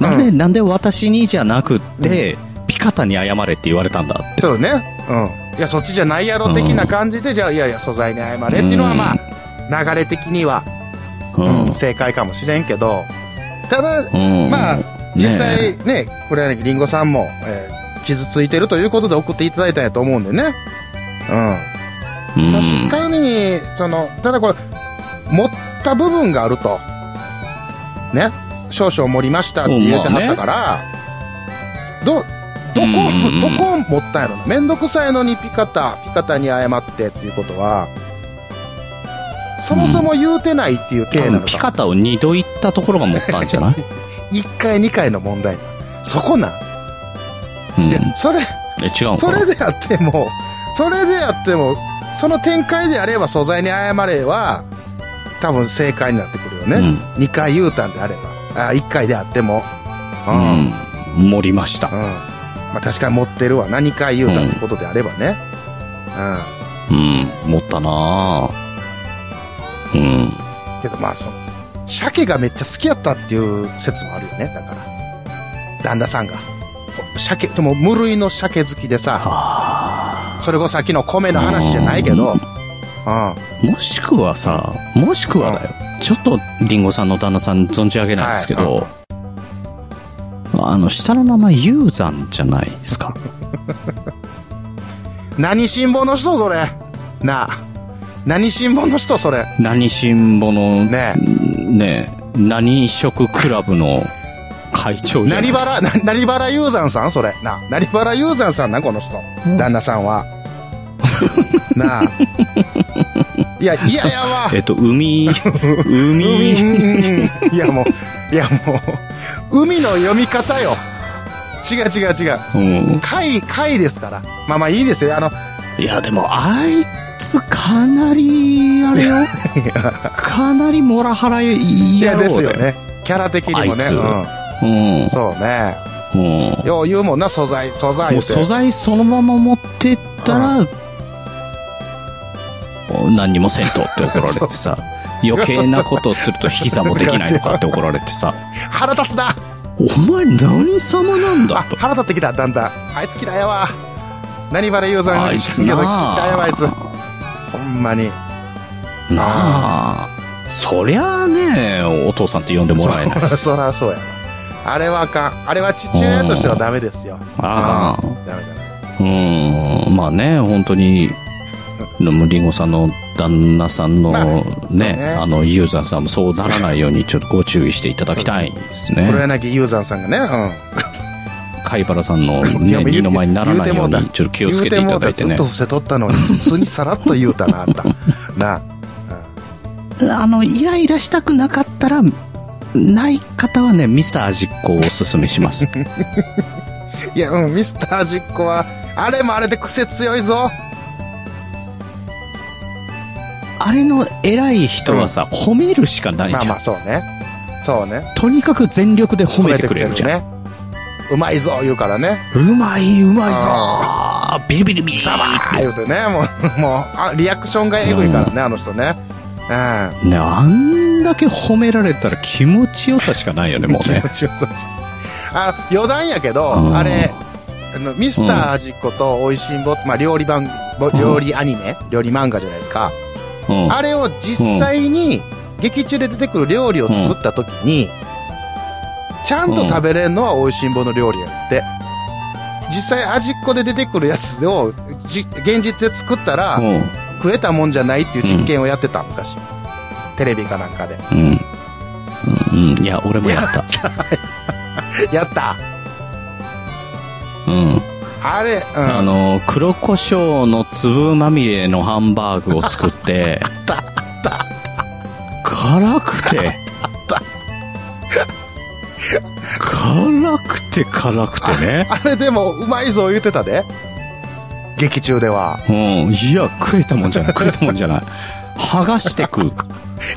え、なうぜ、なんで私にじゃなくって、ピカタに謝れって言われたんだって。そうねうんいやそっちじゃないやろ的な感じで、じゃあいやいや素材に謝れっていうのはまあ流れ的には、ううんん。正解かもしれんけどただうん。まあねえ実際ね、これはね、りんごさんも、えー傷ついてるということで送っていただいたんやと思うんでね。ううんん。確かに、その、ただこれ、持った部分があると。ね。少々盛りましたって言うてはったから、ど、どこうんうんうん、どこを持ったんやろな。めんどくさいのにピカタ、ピカタに謝ってっていうことは、そもそも言うてないっていう多体な分のピか。カタを二度言ったところが持ったんじゃない1回2回の問題。そこなん。うん。いえや、そ違れ、うのそかなれであっても、それであっても、その展開であれば素材に謝れは、多分正解になってくるよね。二2回 U ターンであれば。あ、1回であっても。う。うんうん。ん。うん。盛りました。まあ確かに持ってるわな。2回 U ターンってことであればね。ううん。持ったなぁうん。ん。けどまあその、鮭がめっちゃ好きやったっていう説もあるよね。だから。旦那さんが。ほ鮭、でも無類の鮭好きでさ、あそれこそさっきの米の話じゃないけど、うん。ーもしくはさ、もしくはだよ。ちょっと、リンゴさんの旦那さん存じ上げないんですけど、あの、下の名前、ユーザンじゃないですか。何辛抱の人それなあ何辛抱の人それ何新ぼの、ねねえ何食クラブの会長じゃない成ですか。原な成原雄山さんそれなあ成原雄山さんなんこの人、うん旦那さ んはなあいやいやいやわえっと、 海、海、海うんうんうんいやもういやもう海の読み方よ違う違う違ううん。貝貝ですからまあまあいいですよあのいや、でも、あいつ、かなり、あれ よ。かなりモラハラいややろうですよ。ねキャラ的にもねあいつううんん、。そうねうん。よう言うもんな素材素材も言ううて素材そのまま持ってったら、何にもせんとって怒られ てさ、余計なことをすると引き算もできないのかって怒られてさ、腹立つな お前何様なんあだと。腹立ってきただんだんあいつ嫌いやわ何バレ言うざんあいつな嫌いやわあいつなほんまにあそりゃあね、お父さんって呼んでもらえないし。そ らそうやわあれはあかんあれは父親としてはダメですよ あかん。ダメダメうん、まあね、本当に、でもリンゴさんの旦那さんのまあね、ねあの、ユーザーさんもそうならないように、ちょっとご注意していただきたいです黒ね。柳雄山さんがねうん貝原さんのいやね、もう言うて二の前にならないよう言うてもうに、たちょっと気をつけていただいて言うねもう。ずっと伏せとったのに普通にさらっと言うたなあんた なああの、イライラしたくなかったら、ない方はね、ミスター味っ子をおすすめし ます。いやうんミスター実行はあれもあれで癖強いぞあれの偉い人はさ、褒めるしかないまあじゃまあん。そうねそうねとにかく全力で褒めてくれるじゃん。ねうまいぞ言うからねうまい、うまいぞービリビリビリザバーああ言うてね、もう、 もう、あリアクションがエグいからね、あの人ね。うね、あんだけ褒められたら気持ちよさしかないよね、ん。もうね 気。持ちよさそうあの、余談やけど、うんあれ、あの、ミスター味っ子と美味しんぼ、まあ、料理番、ぼうん料理アニメ、料理漫画じゃないですか。うん。あれを実際に、劇中で出てくる料理を作った時に、ちゃんと食べれんのは美味しんぼの料理やって。実際味っ子で出てくるやつを、じ、現実で作ったら、うん食えたもんじゃないっていう実験をやってた、昔。テレビかなんかで。うん。うん。うん。いや、俺もやった。やったうん。あれ、うん。ああの、黒胡椒の粒まみれのハンバーグを作って、辛くて、辛くて辛くてね。れでも、うまいぞ言ってたで。劇中では。うん。いや、食えたもんじゃない。食えたもんじゃない。剥がして食う。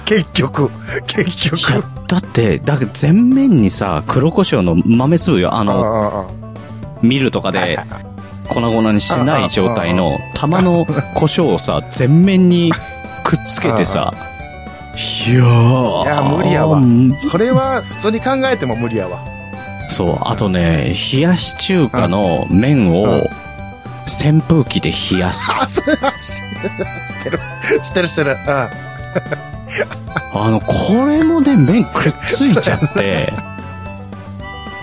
結局、結いや局。、だって、だけど全面にさ、黒胡椒の豆粒よ、あうんうの、んうんミルとかで、粉々にしてない状態の、玉の胡椒をさ、全面にくっつけてさ、いやー。いや無理やわうんそれは、普通に考えても無理やわ。そう、あとね、冷やし中華の麺うんを、扇風機で冷やす。あ、それは知ってる。知ってる、知ってる。うん。あの、これもね、麺くっついちゃって、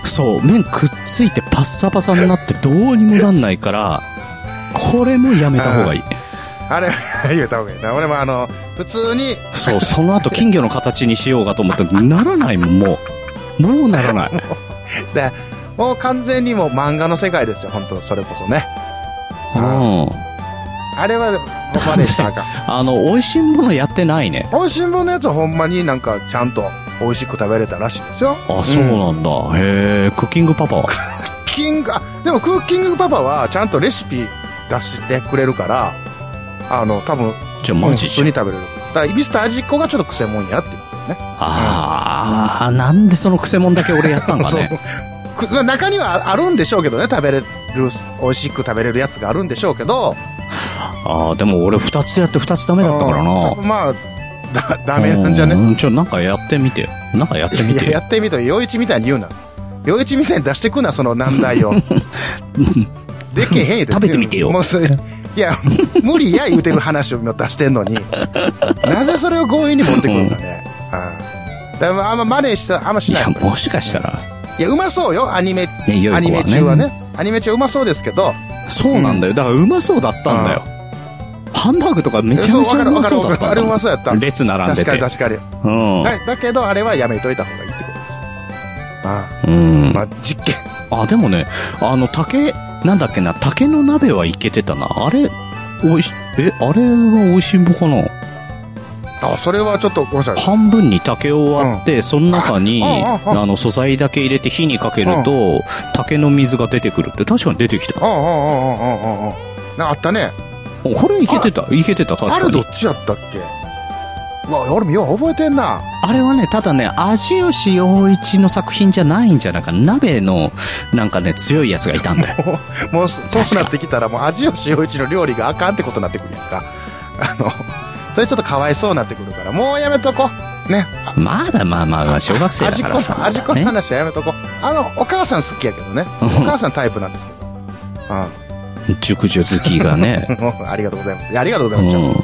そう、麺くっついてパッサパサになってどうにもなんないから、これもやめた方がいい。あれ、 言うた方がいいな。俺もあの、普通に、そう、その後金魚の形にしようかと思ったら、ならないもん、もう。もうなら ない。で、もう完全にもう漫画の世界ですよ、本当それこそね。うん。あれは、もう真似したらあかん。あの、美味しいものやってないね。本新聞のやつはほんまになんかちゃんと美味しく食べれたらしいですよ。あ、そうなんだ。へえ、クッキングパパは。キング、あ、でもクッキングパパはちゃんとレシピ出してくれるから、あの、多分、じゃあマうジんじ普通ゃんに食べれる。だから、ミスター味っ子がちょっと癖もんやっていうね。ああ、なんでその癖もんだけ俺やったん かね。くまあ中にはあるんでしょうけどね、食べれる、美味しく食べれるやつがあるんでしょうけど。ああ、でも俺二つやって二つダメだったからな。うんまあ、だダメなんじゃねうんちょ、なんかやってみてよ。なんかやってみいてや、やよ。ってみと、洋一みたいに言うな。洋一みたいに出してくな、その難 題を。でけへんよ食べてみてよもうそれいや、無理や言うてる話を今出してんのに、なぜそれを強引に持ってくるんだね。うん。だからあんま真似した、あんましいないや、。もしかしたら、いや、うまそうよ、アニメ、ね、よアい子ニメは中はね。ね。アニメ中うまそうですけど、そうなんだよ。だからうまそうだったんだよ。ハンバーグとかめちゃめちゃうまそうだったあんだれうもんまそうやった。列並んで確かにて。確かに。うん。だだけど、あれはやめといた方がいいってことです。あうんあ、まあ、実験。あ、でもね、あの、竹、なんだっけな、竹の鍋はいけてたな。あれ、おいし、え、あれは美味しんぼかなあ、それはちょっとごめんなさい。半分に竹を割って、その中に、ああうんうんの、素材だけ入れて火にかけると、竹の水が出てくるって、確かに出てきた。うんうんうんうんうんうんうん。なあったね。これいけてた、いけてた、確あかれどに。っちやったっけうわ、俺もよう覚えてんな。あれはね、ただね、味吉洋一の作品じゃないんじゃないか。鍋の、なんかね、強いやつがいたん だよ。もうそ、そうなってきたら、もう味吉洋一の料理があかんってことになってくるやんか。あの、それちょっとかわいそうになってくるから、もうやめとこ。ね。あまだまあまあまあ、小学生だ味か子らの、さ。味子のね話はやめとこ。あの、お母さん好きやけどね。お母さんタイプなんですけど。熟女好きが ね。うん。 ありがとうございます。いやありがとうございます。ちゃんと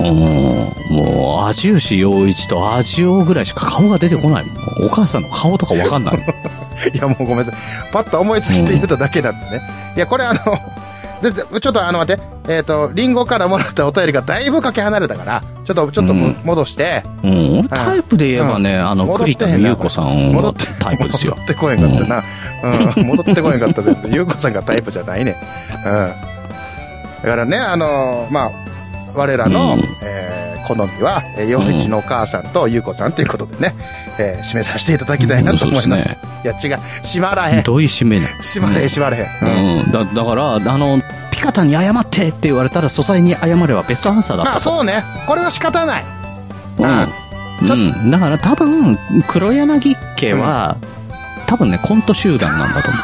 うん。うん。もう、味吉洋一と味王ぐらいしか顔が出てこないもん。お母さんの顔とかわかんないもん。 いや、もうごめんなさい。パッと思いつきて言うただけなんでね。いや、これあの、 ででちょっとあの、待って。えっ、と、リンゴからもらったお便りがだいぶかけ離れたから、ちょっと、ちょっとも、うん戻して、うん、俺タイプで言えばね、あの、戻って栗へん田の優子さん戻はって、タイプです よ戻。ってこえんかったな。うん、戻ってこえんかった全然。ゆうこさんがタイプじゃないね。うん。だからね、あのまあ、我らの、うんえー好みは、えー洋一のお母さんとゆうこさんということでね、えー締めさせていただきたいなと思います。うんいや、違う。閉まらへん。どういう締めね。閉まれへん、閉まれへん。うんうん。だ、だから、あの、ピカタに謝ってって言われたら、素材に謝ればベストアンサーだっ まあたと。そうね。これは仕方ない。あうん。ちょうん。だから多分、黒柳家は、多分ね、コント集団なんだと思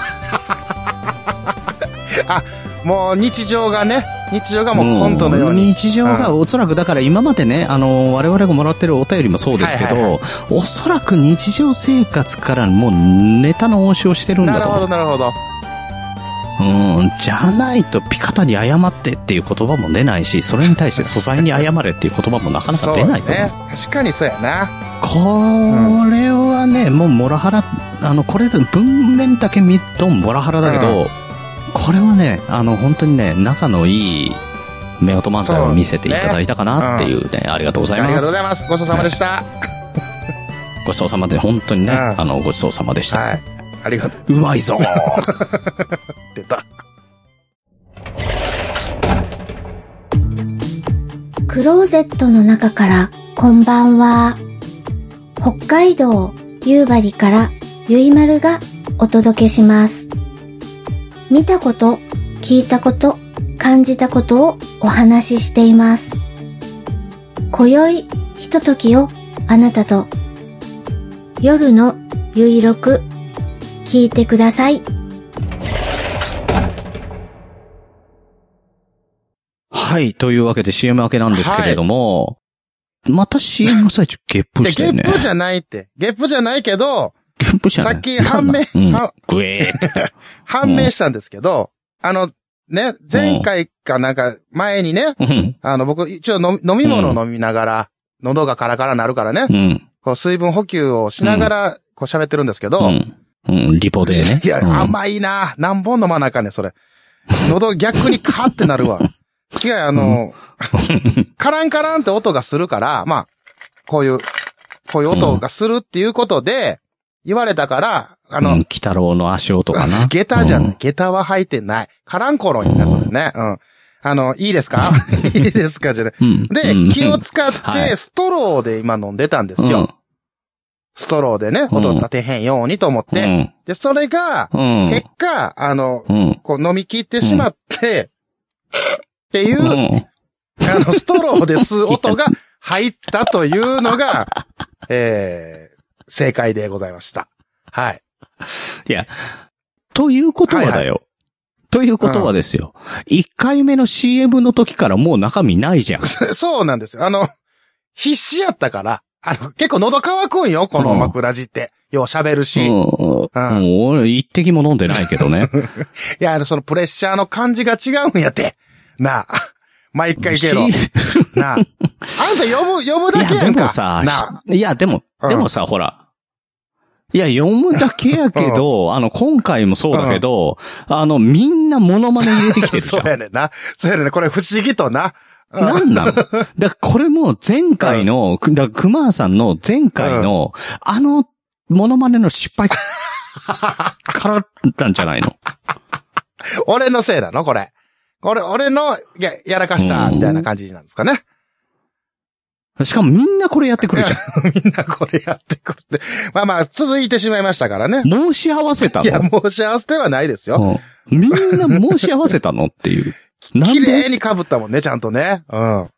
う。もう日常がね、日常がもうコントのように。日常がおそらくだから今までね、あの、我々がもらってるお便りもそうですけど、はいはいおそらく日常生活からもうネタの応酬をしてるんなだるとほ思ど、う。なるほど。うん、じゃないとピカタに謝ってっていう言葉も出ないし、それに対して素材に謝れっていう言葉もなかなか出ないとそう思う。ね。確かにそうやな。これはね、もうモラハラ、あの、これで文面だけ見るとモラハラだけど、これはね、あの、本当にね、仲のいい、目音漫才を見せていただいたかなっていうね、ありがとうござあいりまがとうごすざ。います。ごちそうさまでした。ごちそうさまで、本当にね、うんあの、ごちそうさまでした。はい。ありがとう。うまい ぞ出た。クローゼットの中からこんばんは。北海道夕張からゆいまるがお届けします。見たこと、聞いたこと、感じたことをお話ししています。今宵、ひとときをあなたと。夜のゆいろく、聞いてください。はい、というわけで CM 明けなんですけれども、また CM の最中、ゲップで、したゲよね。ップじゃないって。ゲップじゃないけど、ゲップじゃないさっき判明うんは。グエーって。判明したんですけど、あの、ね、前回かなんか前にね、うん。あの、僕、一応飲み飲み物飲みながら、喉がカラカラなるからね、うん。こう水分補給をしながら、こう喋ってるんですけど、うん。うん、リポでね。いや、うん甘いな。何本飲まなあかんねん、それ。喉逆にカーってなるわ。 いや、あの、カランカランって音がするから、まあ、こういう、こういう音がするっていうことで、言われたから、あうのん、、北郎の足音か な。下駄じゃうんん。下駄は履いてない。カランコロンやな、それね。うん。あの、いいで すかいいですかじゃね。うん。でうん、気を使っはて、いストローで今飲んでたんですよ。ストローでね、うんほとんど立てへんようにと思っうて、ん。で、それが、うん。結果、あの、うん。こう飲み切ってしまって、っていうう、あん。の、ストローで吸う音が入ったというのが、えー、正解でございました。はい。 ということはだはいよ。ということはですよ。一回目の CM の時からもう中身ないじゃん。 そうなんですよ。あの、必死やったから、あの、結構喉乾くんよ、この枕地って。よう喋るし。うんいうん俺、一滴も飲んでないけど ね。や、あのそのプレッシャーの感じが違うんやって。なあ。 毎回けど。しなあ。あんた呼ぶ、呼ぶいだけやや、でんか。もさなあ。、しいや、でも、うんでもさ、ほら。いや、読むだけやけど、あの、今回もそうだけど、あの、みんなモノマネ入れてきてるじそ ゃうやねんな。そうやねんな。これ不思議とな。うんなん なのだからこれも前回の、くだから熊さんの前回の、あの、モノマネの失 敗からなんじゃないの俺のせいなのこれ。これ、俺の、や、やらかした、みたいな感じなんですかね。 しかもみんなこれやってくるじゃん。みんなこれやってくるって。まあまあ、続いてしまいましたからね。申し合わせたいや、の、申し合わせではないですよ。うんみんな申し合わせたのっていう。なん 綺麗でに被ったもんね、ちゃんとね。うん。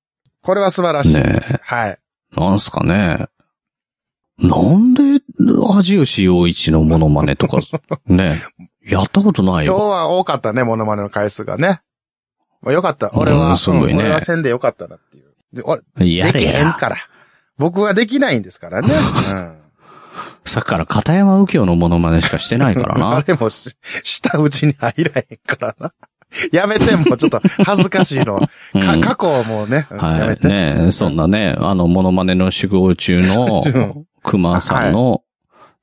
これは素晴らしい。ねえはい。なんすかね。なんで、恥吉洋一のモノマネと か、ね、やったことない今日よ。は多かったね、モノマネの回数がね。まあよかった。俺は、うんすごいね俺はせんでよかったなっていう。で俺、やれできへんや。から。僕はできないんですか らね。うん。さっきから片山右京のモノマネしかしてないから あな。れもし、したうちに入らへんからな。やめて、もうちょっと恥ずかしいの。か うん過去をもうね、うんやはめい。て。ねそんなね、あの、モノマネの修行中 の、熊さんの、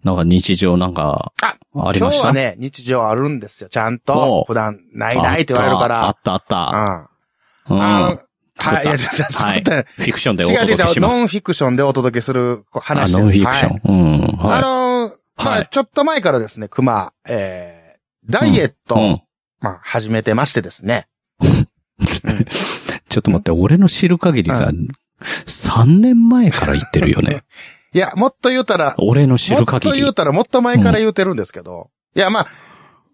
なんか日常なんか、ああり今ま日しはたね、日常あるんですよ、ちゃんおとう。普段、ないないって言われるかあっら。たあったあっうん。た。あうんの、作ったはい、いや、ちょっと、はちょいっと、フィクションでお違う届違うけ違しう、まノすン。フィクションでお届けするこうあ、話です。ノンフィクショはいン。うん。はあい。のー、まはあいちょっと前からですね、熊、えー、ダイエット、うん。まあ、始めてましてですね。ちょっと待って、俺の知る限りさ、3年前から言ってるよ ね。いや、もっと言うたら、俺の知もるっと限言うり。たら、もっと前から言うてるんですけど。いや、まあ、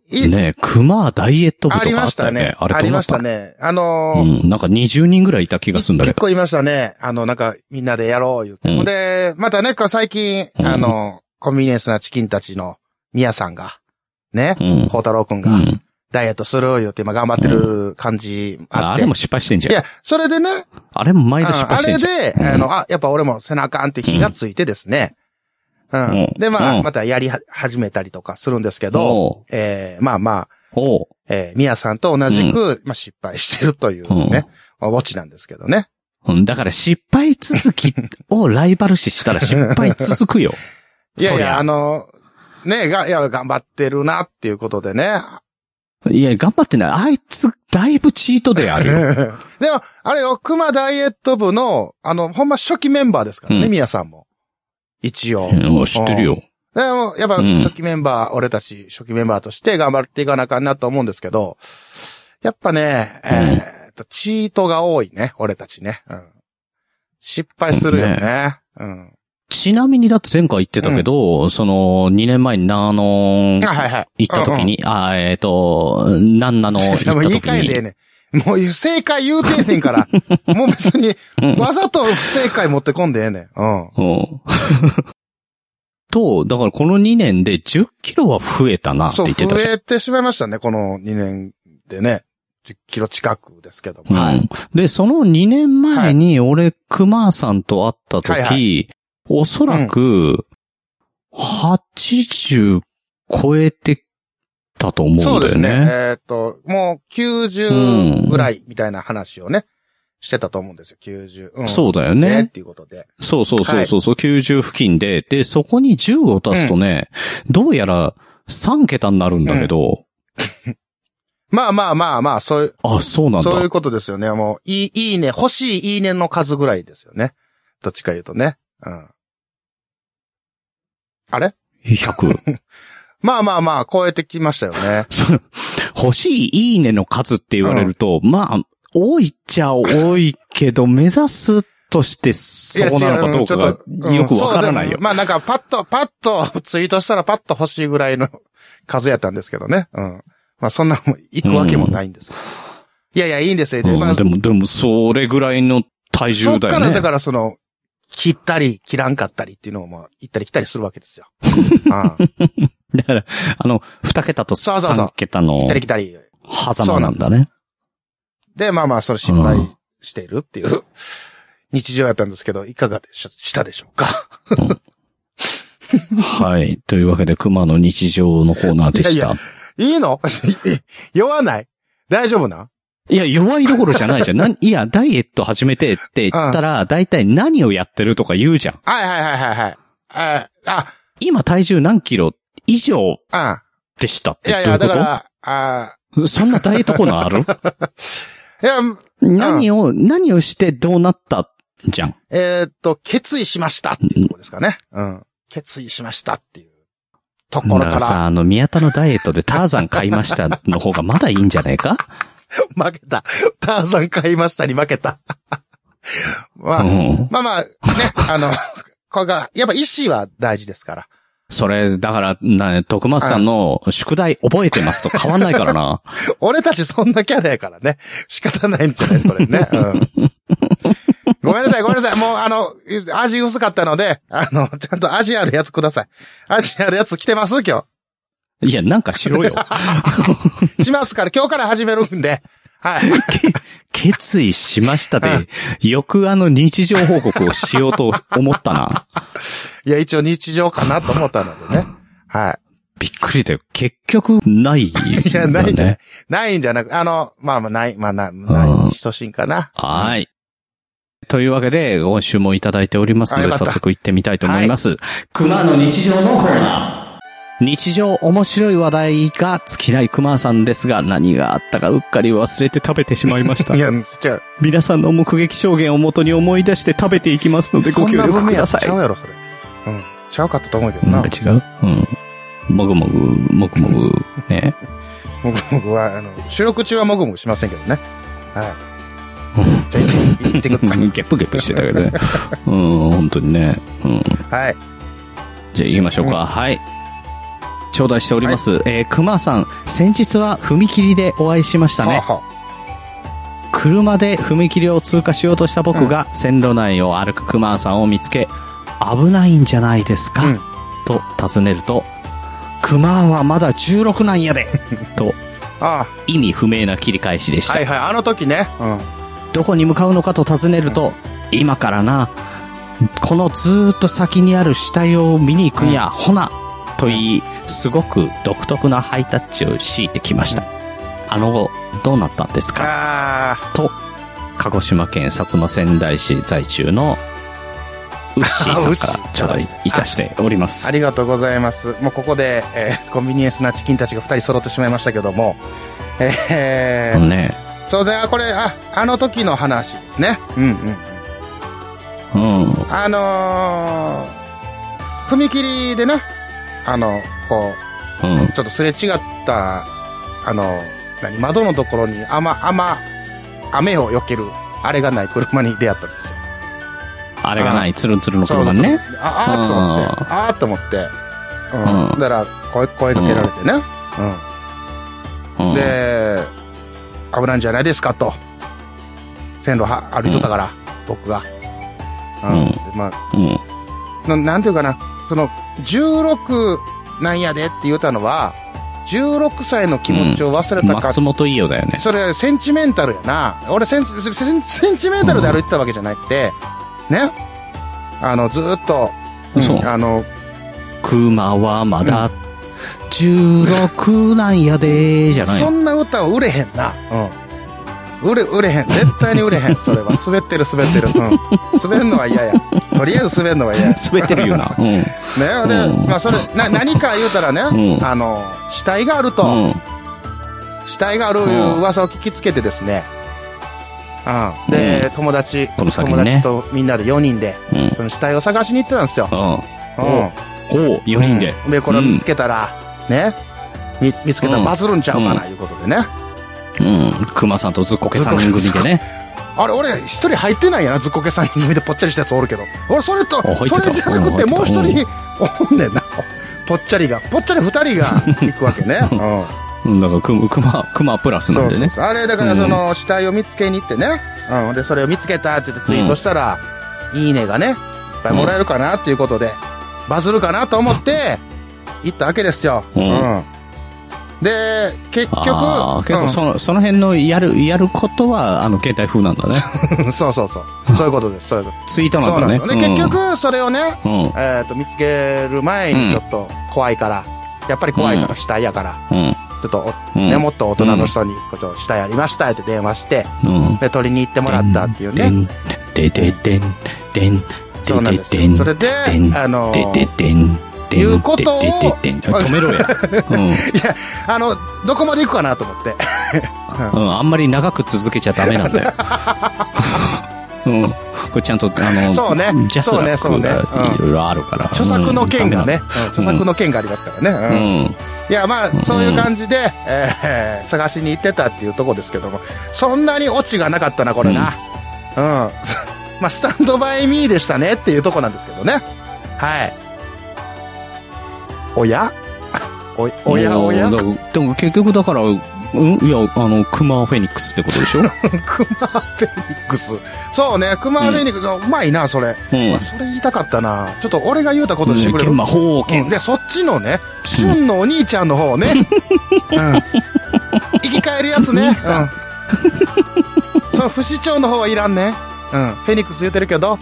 い、ねえ、熊ダイエット部あとりかあまっしたよたねね。。あれあどりうなまっしたたのね。あのーうん、なんか20人ぐらいいた気がするんだけ結ど。構いましたね。あの、なんか、みんなでやろう、言って。うんで、またね、こう最近、うんあの、コンビニエンスなチキンたちの、ミヤさんが、ね、うん。孝太郎くんうが、ん。ダイエットするよって今頑張ってる感じああっあて。れも失敗してんじいゃん。や、それでね、あれも毎度失あ敗あしてんれじゃん。うで、んあの、あ、やっぱ俺も背中あんって火がついてですね。ううんん。で、まうあ、んまたやりは始めたりとかするんですけど、おうえーまあまあ、おうえー、ミヤさんと同じく、まあ失敗してるというね、ウォッチなんですけどね。。うんだから失敗続きをライバル視したら失敗続くよ いやそいりや、ゃあの、ねが、いや、頑張ってるなっていうことでね。 いや、頑張ってない。あいつ、だいぶチートであるで よ。も、あれよ、熊ダイエット部の、あの、ほんま初期メンバーですからうね、んミヤさんも。一応。うん知ってるよ。でも、やっぱ、うん初期メンバー、俺たち初期メンバーとして頑張っていかなあかんなと思うんですけど、やっぱね、んえーっと、チートが多いね、俺たちね。うん、失敗するよね。うん。ちなみにだって前回言ってたけど、その、2年前にナーノンあ、はいはい。行った時に、あーえっ、と、なんなの行っ でたも言い時換えてええに、ねんもう正解言うてえね んから。もう別に、わざと不正解持ってこんでええねん。うん。うん。 と、だからこの2年で10キロは増えたなってそう、言って増たじゃん。えてしまいましたね、この2年でね。10キロ近くですけども。はういん。で、その2年前に俺、熊さんと会った時、はいはおそらく、80超えてたと思うんだそようね。ですね。えーっと、もう90ぐらいみたいな話をね、してたと思うんですよ、90。うん、そうだようね。ねっ。ていうことで。そうそうそうそうそう、90付近で、で、そこに10を足すとね、どうやら3桁になるんだけど、まあまあまあまあ、そういう、あ、そうなんだ。そういうことですよね。もう、いい、いいね、欲しいいいねの数ぐらいですよね。どっちか言うとね。うん。あれ100。まあまあまあ、超えてきましたよね。そう欲しいいいねの数って言われると、まあ、多いっちゃ多いけど、目指すとして そうなのかどうかがよくわからないよ。まあなんかパッと、パッとツイートしたらパッと欲しいぐらいの数やったんですけどね。うん。まあそんなもん行くわけもないんです。いやいや、いいんですよ。で、まうあん、でも、でも、それぐらいの体そっ重だかよらね。だからその、切ったり、切らんかったりっていうのをまあ、行ったり来たりするわけ ですよ。ああだから、あの、二桁とそうそうそう三桁の行ったり来たり。狭間なんだね。で、まあまあ、それ心配しているっていう日常やったんですけど、いかがでししたでしょうか。 はい。というわけで、熊の日常のコーナーでした。いいややいいいの 酔わない大丈夫な弱いどころじゃないじゃん。なんいや、ダイエット始めてって言ったら、だいたい何をやってるとか言うじゃん。はいはいはいはいはい。あ、あ、今体重何キロ以上あ、でしたっいてどうやいいうや、こだとから、あ、そんなダイエットコーナー あるいや、何を、何をしてどうなったじゃん。えーっと、決意しましたっていうところですかね。うん。決意しましたっていうとこだかろからら、さ、あの、宮田のダイエットでターザン買いましたの方がまだいいんじゃないか 負けた。ターザン買いましたに負けた。 まあ、うん。まあまあ、ね、あの、これが、やっぱ意思は大事ですから。それ、だから、な、徳松さんの宿題覚えてますと変わんないからな。俺たちそんなキャラやからね。仕方ないんじゃないそ れね。うん。ごめんなさい、ごめんなさい。もう、あの、味薄かったので、あの、ちゃんと味あるやつください。味あるやつ来てます今いや、なんかし ろよ。日。しますから、今日から始めるんで。はい。決意しましたで、よくあの日常報告をしようと思ったな。いや、一応日常かなと思ったのでね。はい。びっくりだよ。結局、ない、いや、ないんじゃないね。。ないんじゃなく、あの、まあまあ、ない、まあ、な、ない、等しいんかな。はい。というわけで、今週もいただいておりますのあで、よかった早速行ってみたいと思います。熊の日常のコーナー。日常面白い話題が尽きない熊さんですが、何があったかうっかり忘れて食べてしまいましたい。や、違う。皆さんの目撃証言をもとに思い出して食べていきますので、ご協力くださいそん。な文脈ちゃうやろ、それ。うん。ちゃうかったと思うけどなな。んか違ううん。もぐもぐ、もぐもぐ、 ね。もぐもぐは、あの、収録中はもぐもぐしませんけどね。はい。じゃあ、行って行ってくださゲップゲップしてたけどね。うん、本当にね。うん。い。はい。じゃあ行きましょうか。はい。頂戴しております。えー、熊さん、先日は踏切でお会いしましたね。はあは車で踏切を通過しようとした僕が、線路内を歩く熊さんを見つけ、危ないんじゃないですか、うんと尋ねると、熊はまだ16なん やでと、ああ意味不明な切り返しでしたは。いはい。あの時ね。うん。どこに向かうのかと尋ねると、今からな、このずーっと先にある死体を見に行くんや、ほな、と言い、すごく独特なハイタッチを強いてきました。あの後、どうなったんですかああ。と、鹿児島県薩摩仙台市在住の、ウッシーさんからあウッシー頂戴いたしておりますあ。りがとうございます。もうここで、えーコンビニエンスなチキンたちが二人揃ってしまいましたけども。えーね、そうだよ、これ、あ、あの時の話ですね。うんうん。うん。あのー、踏切でね、あの、こう、うん。ちょっとすれ違った、あの、何、窓のところに雨、雨、雨を避ける、あれがない車に出会ったんですよ。あれがない、ツルンツルンのそう車ね。そうああーと思って、ああーと思って、うん。うんだから声、声かけられてね。ううん。んで、危ないんじゃないですかと。線路は歩いとったから、僕が。うん。うんでまうん。あな、なんていうかな、その、16なんやでって言ったのは、16歳の気持ちを忘れたか、松本伊代だよね。それ、センチメンタルやな。俺センチ、センセンチメンタルで歩いてたわけじゃなくて、ね。あの、ずーっと、うんそうあの、熊はまだ、16なんやでーじゃないそのんな歌は売れへんな。うん。売れ、売れへん。絶対に売れ へん。それは。滑ってる、滑ってる。うん。滑るのは嫌や。とりあえず滑るのは嫌 や。ね。滑ってるよな。うん。で、うんまあ、それ、な、何か言うたらね、うんあの、死体があると、うん。死体があるいう噂を聞きつけてですね、うん。で、友達、この先に友ね達とみんなで4人で、うん。その死体を探しに行ってたんですよ。ううん。おう、4ん。人で。うん。で、これを見つけたら、ね。み見つけたらバズるんちゃうかな、いうことでね。うん。熊さんとズッコケ3人組でね。あれ、俺、一人入ってないやな、ずっこけ3人組でぽっちゃりしたやつおるけど。俺、それとあ入っ、てたそれじゃなくて、うんもう一入って人、おんねんな。ぽっちゃりが。ぽっちゃり二人が行くわけ ね。うん。うん、だからくま、くま、くまプラスなんでねそう。そうそうあれ、だからその、死体を見つけに行ってね。うん。で、それを見つけたって言ってツイートしたら、いいねがね、いっぱいもらえるかなっていうことで、バズるかなと 思って、行ったわけですよ。ううんん。で、結局、ああ、結う構んその、その辺のやる、やることは、あの、携帯風なんだね。 そうそうそう。そういうことです。そうい うこと。ツイートそうなんなだんでね。すよね。結局、それをね、うん、うん。えっと、見つける前にちょっと怖いから、やっぱり怖いから死体やから、うん。ちょっとお、うんね、もっと大人の人に、ちょっと死体ありましたって電話して、うん。で、取りに行ってもらったっていうね。。でででん、でん、そうなんででですでん、よ。それで、あの、でででん、でん、いうことをでででん。止めろ や。うん。あの、どこまで行くかなと思って。うん、あんまり長く続けちゃダメなん だよ。うん。これちゃんと、あの、そうねジャスラッそうクねそうねがういんろいろあるから。著作の件がね、うん著作の件がありますからね。ううんん。いや、まあ、そういう感じで、えー探しに行ってたっていうとこですけども、そんなにオチがなかったな、これな。うん。 まあ、スタンドバイミーでしたねっていうとこなんですけどね。はい。おや お、おやおやいだからでも結局だから、うんいや、あの、クマフェニックスってことでしょクマフェニックス。そうね、クマフェニックス、うまいな、それ。うんまあ、。それ言いたかったな。ちょっと俺が言うたことにしてくれる。まあ、法う剣ん。で、そっちのね、旬のお兄ちゃんの方 をね、うん。生き返るやつね。う兄ん。さん その不死鳥の方はいらんね。うん。フェニックス言うてるけど、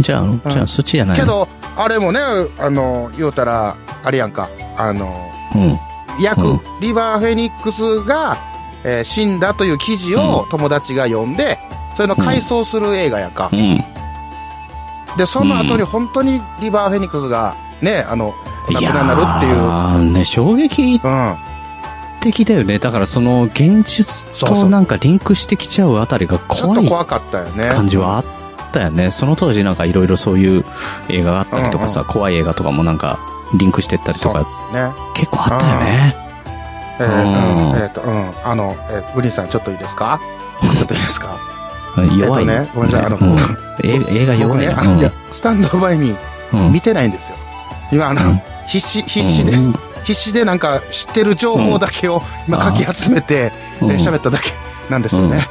じゃああの、じゃあそっちじゃないけ、ど、あれもね、あの、言うたら、あれやんか、あの、うん。役、うんリバーフェニックスが、えー死んだという記事を友達が読んで、それの回想する映画やんかう。ん。で、その後に本当にリバーフェニックスが、ね、あの、亡くなるっていう。あね、衝撃うん。的だよね。だからその現実そうそとうなんかリンクしてきちゃうあたりがちょっ怖とい怖かったよね。感じはあったよね。その当時なんかいろいろそういう映画があったりとかさ、怖い映画とかもなんかリンクしてったりとかね。結構あったよね。えーうんうんえっと、うん。あの、えー、グリーンさん、ちょっといいですかちょっといいですか 弱いえっとねごめんなさいあのうんえ映画僕弱いね、なあのいや、スタンドバイミうんーうん見てないんですよ。今、あのうん、必死、必死で、うん必死でなんか知ってる情報だけを今あかーき集めて、えうんー喋っただけなんですよね。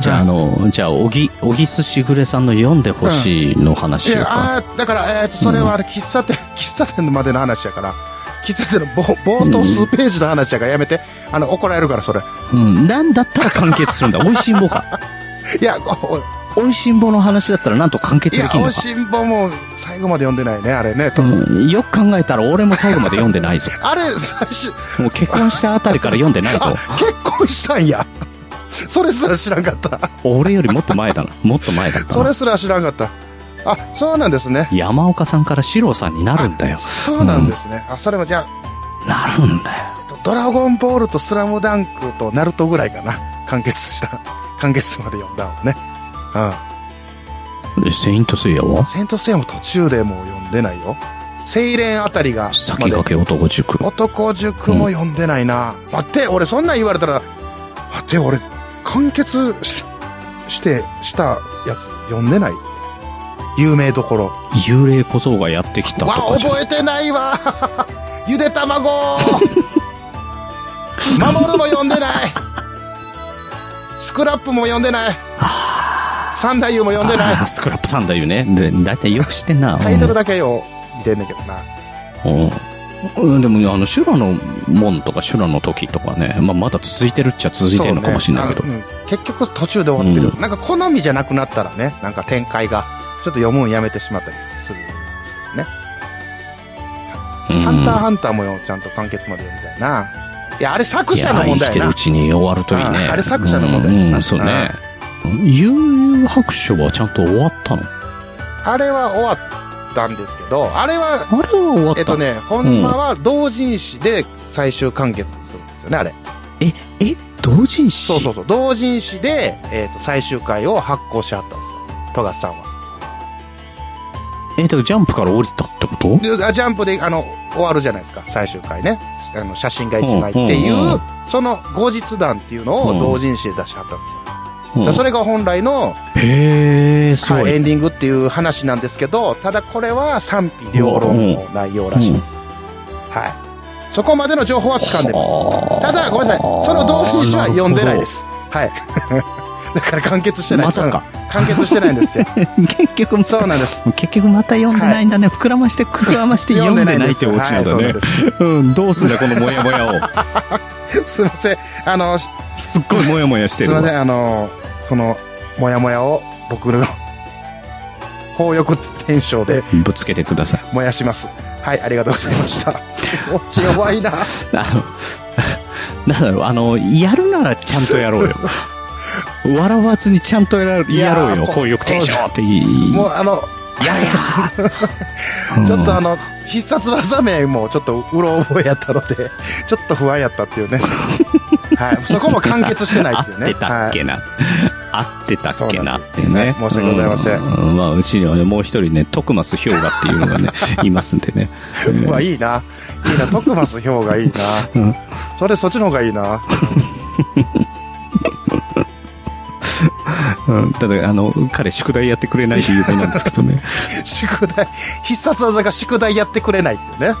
じゃあ、あの、じゃあ、おぎ、おぎすしぐれさんの読んでほしいのい話をや、か。あーだから、えっと、それはあの喫茶店、 喫茶店までの話やから、喫茶店の冒冒頭数ページの話やからやめて、あの、怒られるから、それ。うん。なんだったら完結するん だ。美味しんぼか。いや、お美味しんぼの話だったらなんと完い結でや、きる青のか。しんぼも最後まで読んでないね、あれね。とうん、よく考えたら俺も最後まで読んで ないぞ。あれ、最初、もう結婚したあたりから読んでないあ ぞ。、結婚したんや。それすら知らんかった。俺よりもっと前だな。もっと前だったそれな。すら知らんかった。あ、そうなんですね。山岡さんから四郎さんになるんだよ。そうなんですね。あ、それも、じゃあ、なるんだよ。えっとドラゴンボールとスラムダンクとナルトぐらいかな。完結した。完結まで読んだのね。で、セイントスイヤうん。はセントセイヤも途中でもう読んでないよ。セイレンあたりが。先駆け男塾。男塾も読んでないな、待って俺そんなん言われたら待って俺完結ししてしたやつ読んでない有名どころ幽霊小僧がやってきたとわかじゃん覚えてないわ ゆで 卵守るも読んでないスクラップも読んでない三太夫も読んであなーいスクラップさんだよね。で、だいたいよくしてんな。タイトルだけを見てんねんけどなうん、でもね、あの、修羅の門とか修羅の時とかね、まあ、まだ続いてるっちゃ続いてるのかもしれないけど、そうねあのうん結局途中で終わってる、うなんか好みじゃなくなったらねなんか展開がちょっと読むんやめてしまったりするんですけどねうん「ハンターハンター」もよちゃんと完結まで読みたいないやあれ作いや者の問生き題てやるなうちに終わるといいね。ああれ作者の問題うんうん、そうね。悠々白書はちゃんと終わったのあれは終わったんですけどあれはあれは終わったえっとねほんまは同人誌で最終完結するんですよねあれえ、同人誌そうそうそう同人誌で、えーと最終回を発行しはったんですよ富樫さんはえ、だからジャンプから降りたってことであジャンプで、あの、終わるじゃないですか、最終回ね。あの、写真が一枚っていう、うんうんうんその後日談っていうのうをん同人誌で出しはったんですよ。うだんからそれが本来の、へえ、すはごいエい。ンディングっていう話なんですけど、ただこれは賛否両論の内容らしいです。はい。そこまでの情報は掴んでます。ただ、ごめんなさい。その同士にしては読んでないです。はい。 だから完結してないまです。さか。完結してないんですよ。結局、そうなんです。結局また読んでないんだね。膨らまして、膨らまして読んでない って落ちなんだはいねそう。なんうん、どうすんだ、このモヤモヤを。です。すいません。あの、 すすっごいモヤモヤしているまわ。せん。あの、その、もやもやを僕の、 高欲転生でぶつけてください。燃やします。はい、ありがとうござい ました。おち弱いな。あの、 なんだろう、あの、やるならちゃんとや ろうよ。笑わずにちゃんとやろういややーろうよ。ここういうテンションっていい。もうあの、やれや ちょっとあの、の、必殺技名もちょっとうろ覚えやったので、 ちょっと不安やったってい うね。はい。そこも完結してない合っていうね。ってたっけな。合ってたっけなってね。そうなんです申し訳ございませんうまあ、うちにはね、もう一人ね、徳増氷河っていうのがね、いますんでね。はい。 うわ、い。いいな。いいな。徳松氷がいいうんな。それそっちの方がいいな。うんただ、あの、彼、宿題やってくれないで有名なんですけどね。宿題、必殺技が宿題やってくれないっていうね。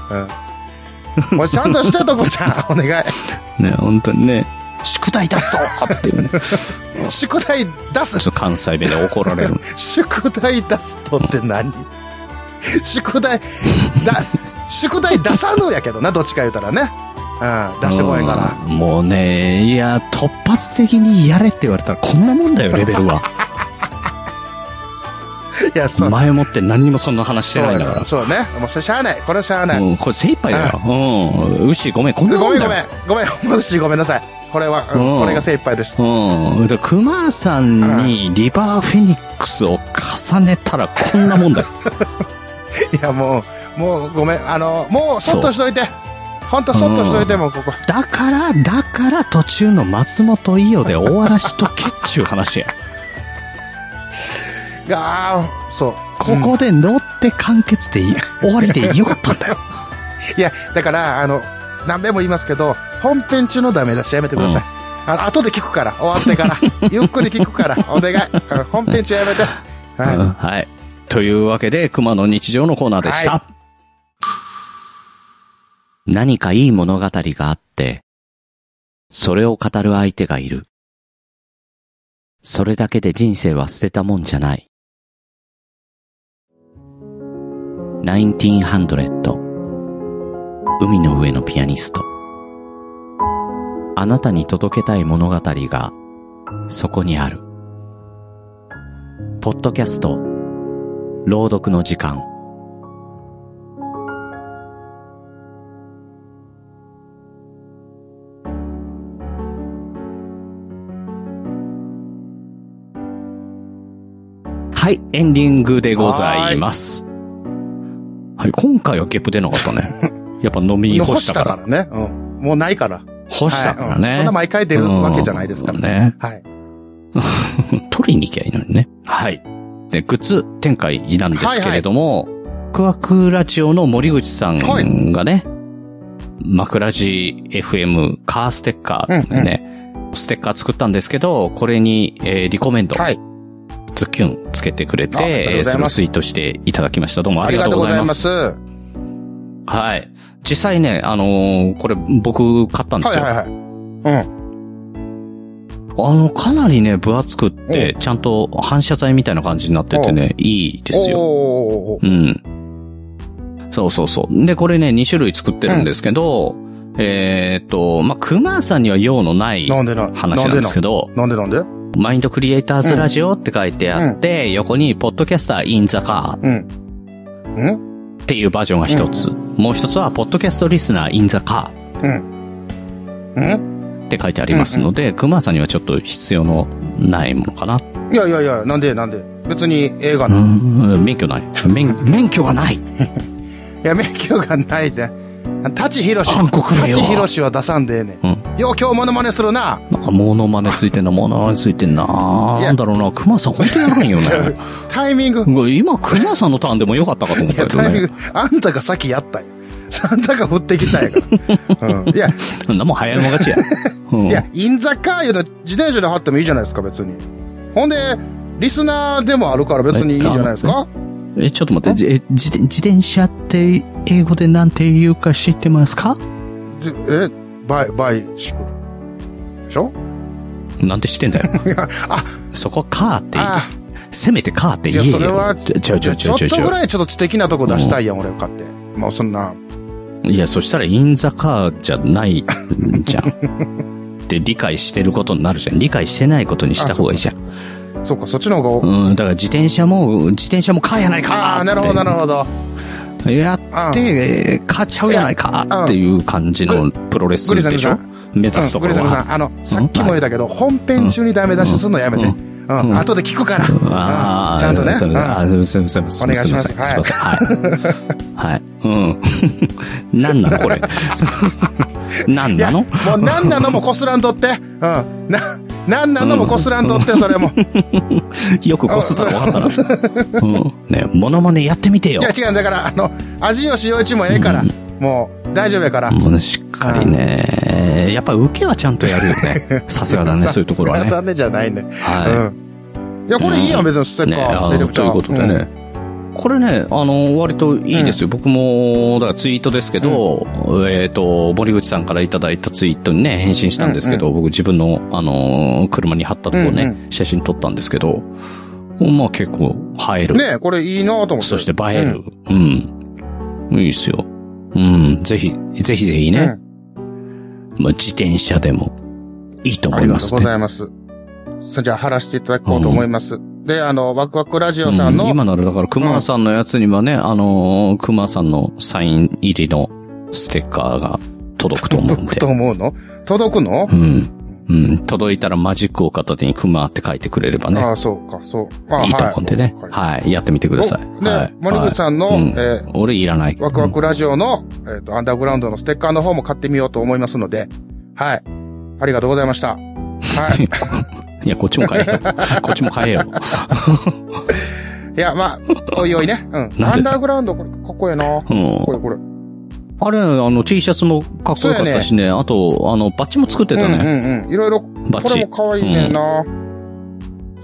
うん。もうちゃんとして、徳子ちゃん。お願い。ね、本当にね、宿題出すぞって いうね。ちょ宿題出すっ。と関西弁で怒られる。宿題出すとって何宿題、だ、宿題出さぬやけどな、どっちか言うたらね。うん、出してこないから。うんもうね、いや、突発的にやれって言われたらこんなもんだよ、レベルは。いや、 そう。前もって何にもそんな話してそうないんやだから。そうね。もうそれしゃあない。これはしゃあない。うん、これ精一杯だよ。うん。うっしーごめん、こんなごもめんんごめだんよ。。ごめん。ほんま牛ごめんなさい。これは、うんこれが精一杯でした。うん。だから熊さんにリバーフェニックスを重ねたらこんなもんだ よ。いや、もう、もうごめん。あの、もう、そっとしといて。ほんと、そっとしといて、もうここ。だから、だから途中の松本伊代で終わらしとけっちゅう話や。があーそう。ここで乗って完結でいい。終わりでよかったんだよ。いや、だから、あの、何べも言いますけど、本編中のダメ出しやめてください。あの後で聞くから、終わっ てから。ゆっくり聞くから、お願い。うん本編中やめて。うんははい。というわけで、熊の日常のコーナーでした。は何かいい物語があって、それを語る相手がいる。それだけで人生は捨てたもんじゃない。1900海の上のピアニスト。あなたに届けたい物語が、そこにある。ポッドキャスト、朗読の時間。はい、エンディングでございます。はい、今回はゲップ出なかった ね。やっぱ飲い。み残干ししたたからか。らね。うん。もうないから。干したからね。はいうんそんな毎回出るわけじゃないですからうんね。はい。取りに行きゃいいのにね。はい。で、グッズ展開なんですけれども、クワクラジオの森口さんがね、マクラジ FM カーステッカーってね、ステッカー作ったんですけど、これに、えーリコメンド、はい。ズッキュンつけてくれあありがとうて、ござそいれをますツイートしていただきました。どうもあありりががととううごござざいま。いますす。ははい。実際ね、あのーこれ僕買ったんいですよ。はいはい。うん。あの、かなりね、分厚くって、ちゃんと反射材みたいな感じになっててね、いいですよ。おーうん。そうそうそう。で、これね、2種類作ってるんですけど、えーっと、まあ、熊さんには用のないなんでな、話なんですけど、なんでなんでマインドクリエイターズラジオって書いてあって、横に、ポッドキャスターインザカうん。うんーっていうバージョンが一つ、もう一つは、ポッドキャストリスナーインザカうんーって書いてありますので、熊さんにはちょっと必要のないものかな。いやいやいや、なんでなんで別に映画うの。いん、免許ない。免、免許がないや、免許がないで。舘ひろし。韓国名舘はひろしは出さんでええねうんん。よう今日モノマネするな。なんか、モノマネついてんな、モノマネついてんな。いやなんだろうな、熊さん本当やらんよ ちょね。タイミング。今、熊さんのターンでもよかったかと思っいたや、けどタイミンねグ。、あんたが先やったんや。あんたが振ってきたんやから。 うん。いや、そんなもん早いもん勝ちや。うんいや、インザカーいうの自転車で貼ってもいいじゃないですか、別に。ほんで、リスナーでもあるから別にいいんじゃないですかえ、ちょっと待って、じえ自転自転車って英語でなんて言うか知ってますかじえ、バイ、バイシクル。でしょなんて知ってんだ よ。あそこカーって言うあせめてカーって言えいよ。やそれはちょ、ちょ、ちちょょ、ちちょょ、っちょ、とぐらいちょっと知的なとこ出したいやん、俺買って。もうそんな。いや、そしたらインザカーじゃないじゃん。って理解してることになるじゃん。理解してないことにした方がいいじゃん。そうか、そっちの方が。うん、だから自転車も、自転車もカーやないかああー、なるほど、なるほほど。ど。やって、えーカーちゃうやないかっていう感じのプロレスグリさん、グでリしさょん。目指すとこうんグリろさん、グは。リさん、あの、さっきも言ったけど、本編中にダメ出しするのやめて。ううんん。ん後で聞くから。うんちああ、ゃんとね。すういんません、あすいません、すいません、すいません、すいおま願せん、いしますいませんはい。はい。うん。 なんなのこれ。なんいやなのもう何なのもこすらんとって。うん。な、何なのもこすらんとって、それも。よくこすったら分かったな。うん。ねモノマネやってみてよいや。違うんだから、あの、味をしよういちもええから、もう、大丈夫やから。もうねしっかりね。やっぱ受けはちゃんとやるよ ね。さすがだね、そういうところはね。残念じゃないね。はい。うん。いや、これいいやん、別にステッね、カあー。めちゃのくちとゃいうことで。ね、これね、あの、割といいですよ。僕も、だからツイートですけど、えっ、と、森口さんからいただいたツイートにね、返信したんですけど、僕自分の、あの、車に貼ったとこね、うん写真撮ったんですけど、まあ結構映えうる。んねこれいいなと思って。そして映える。うん。いいっすよ。うん。ぜひ、ぜひぜひうん。ね、まあ自転車でもいいとあ思いりがまとうすごね。ざいます。それじゃあ、貼らせていただこうと思います。で、あの、ワクワクラジオさんうんの、今ならだから、熊さんのやつにはね、あのー、熊さんのサイン入りのステッカーが届くと思うん届くでと。思うの届くのうん。うん。届いたらマジックを片手に熊って書いてくれればねあ。あ、そうか、そう。あいいと思うんでね。はい。やってみてください。ね、はい。森口さんの、はいうんえー俺いらない。ワクワクラジオの、えっ、と、アンダーグラウンドのステッカーの方も買ってみようと思いますので、はい。ありがとうございました。 はい。うん。いや、こっちも買え よ。こっちも買えよ。いや、まあ、おいおいね。うん。 なアんでンダーグラウンド、これ、かっこええな。かうっんこ。いい、これ。あれ、あの、T シャツもかっこよかったしね。あと、あの、バッジも作ってたね。うんうんうん。いろいろ、バッこジれも可愛いねんな。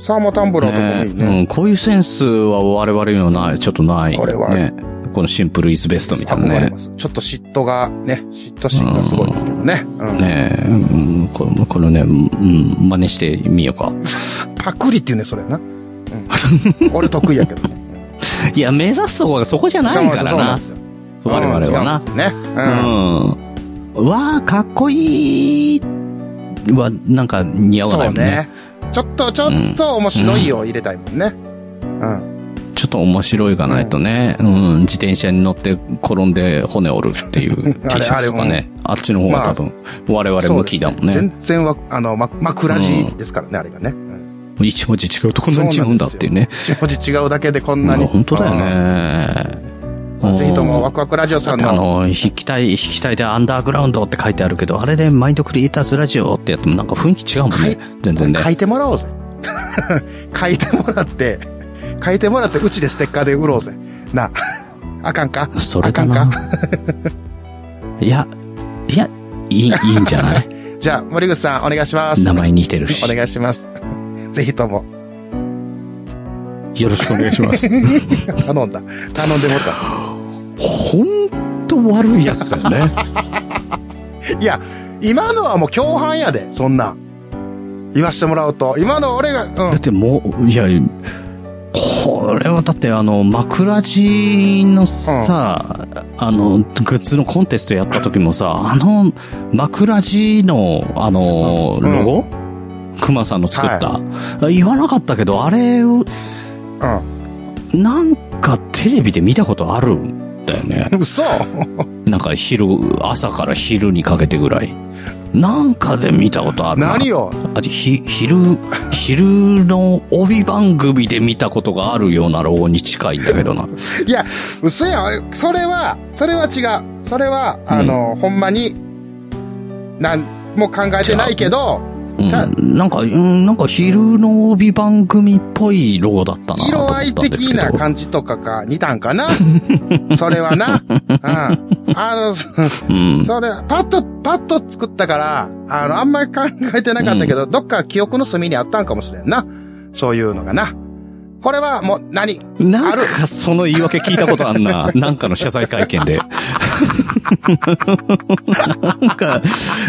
サーモタンブラーとかもいいね。うん、こういうセンスは我々にはない、ちょっとない。これはね。このシンプルイズベストみたいな憧れねま。すちょっと嫉妬がね、嫉妬心がすごいですけどね。うん。ねえ、うん、これ、これね、うん、真似してみようか。 パクリっていうね、それな。うん、俺得意やけどね。いや、目指すとこがそこじゃ ないからな。そうなんですよ我々はな。。うん違うんですね。ううん。ん。わあ、かっこいいは、なんか似合わないそもうんね。ね。ちょっと、ちょっと面白いを入れたいもんね。うん。ちょっと面白いがないとね、うん、自転車に乗って転んで骨折るっていう あれ T シャツとかね、あっちの方が多分、我々向きだもんそうですね。全然わ、あの、ま、枕地ですからね、あれがね。うん一文字違うとこんなに違うんだっていうね。一文字違うだけでこんまなあに。本当だよね。うん。ぜひとも、ワわクワクラジオさんあの、の、筆記体、筆記体でアンダーグラウンドって書いてあるけど、あれでマインドクリエイターズラジオってやってもなんか雰囲気違うもんはねい。全然ね。書いてもらおうぜ。 書いてもらって、書いてもらって、うちでステッカーで売ろうぜ。な。あかんかそれあかだんかな。 いや、いや、いい、いいんじゃ ないじゃあ、森口さん、お願いします。名前似てるしお。願いします。 ぜひとも、よろしくお願いし ます。頼んだ。頼んでもらっほんと悪いやつだよね。 た。いや、今のはもう共犯やで、そんなん。言わしてもらうと。今の俺が、うんだっ。てもう、いや、これはだってあの、枕地のさ、あの、グッズのコンテストやった時もさ、あの、枕地の、あの、うんロゴ、熊さんの作った、言わなかったけど、あれを、うなんかテレビで見たことあるんだよね。ん。嘘なんか昼、朝から昼にかけてぐらい。なんかで見たことあるな。何よあひ、昼、昼の帯番組で見たことがあるようなロゴに近いんだけどな。いや、嘘やん。それは、それは違う。それは、あの、ほんまに、なん、もう考えてないけど、うん、たなんか、うん、なんか昼の帯番組っぽいロゴだったなと色思合いったんです的けどな。感じとかが似たんかなそれ はな。うん。あの、そうん。それ、パッと、パッと作ったから、あの、あんまり考えてなかったけど、どっか記憶の隅にあったんかもしれんな。うん。そういうのがな。これはもう何なんかその言い訳聞いたことあん な。なんかの謝罪会見で。 なんか、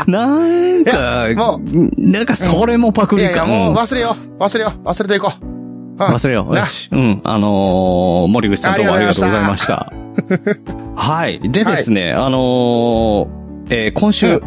なんか、やもなんかそれもパクいリやいや、か。もううん忘れよう。忘れよう。忘れていこう。うん、忘れよう。なよしうん。あのー森口さんどうもありがとうございました。はい。でですね、あのーえー今週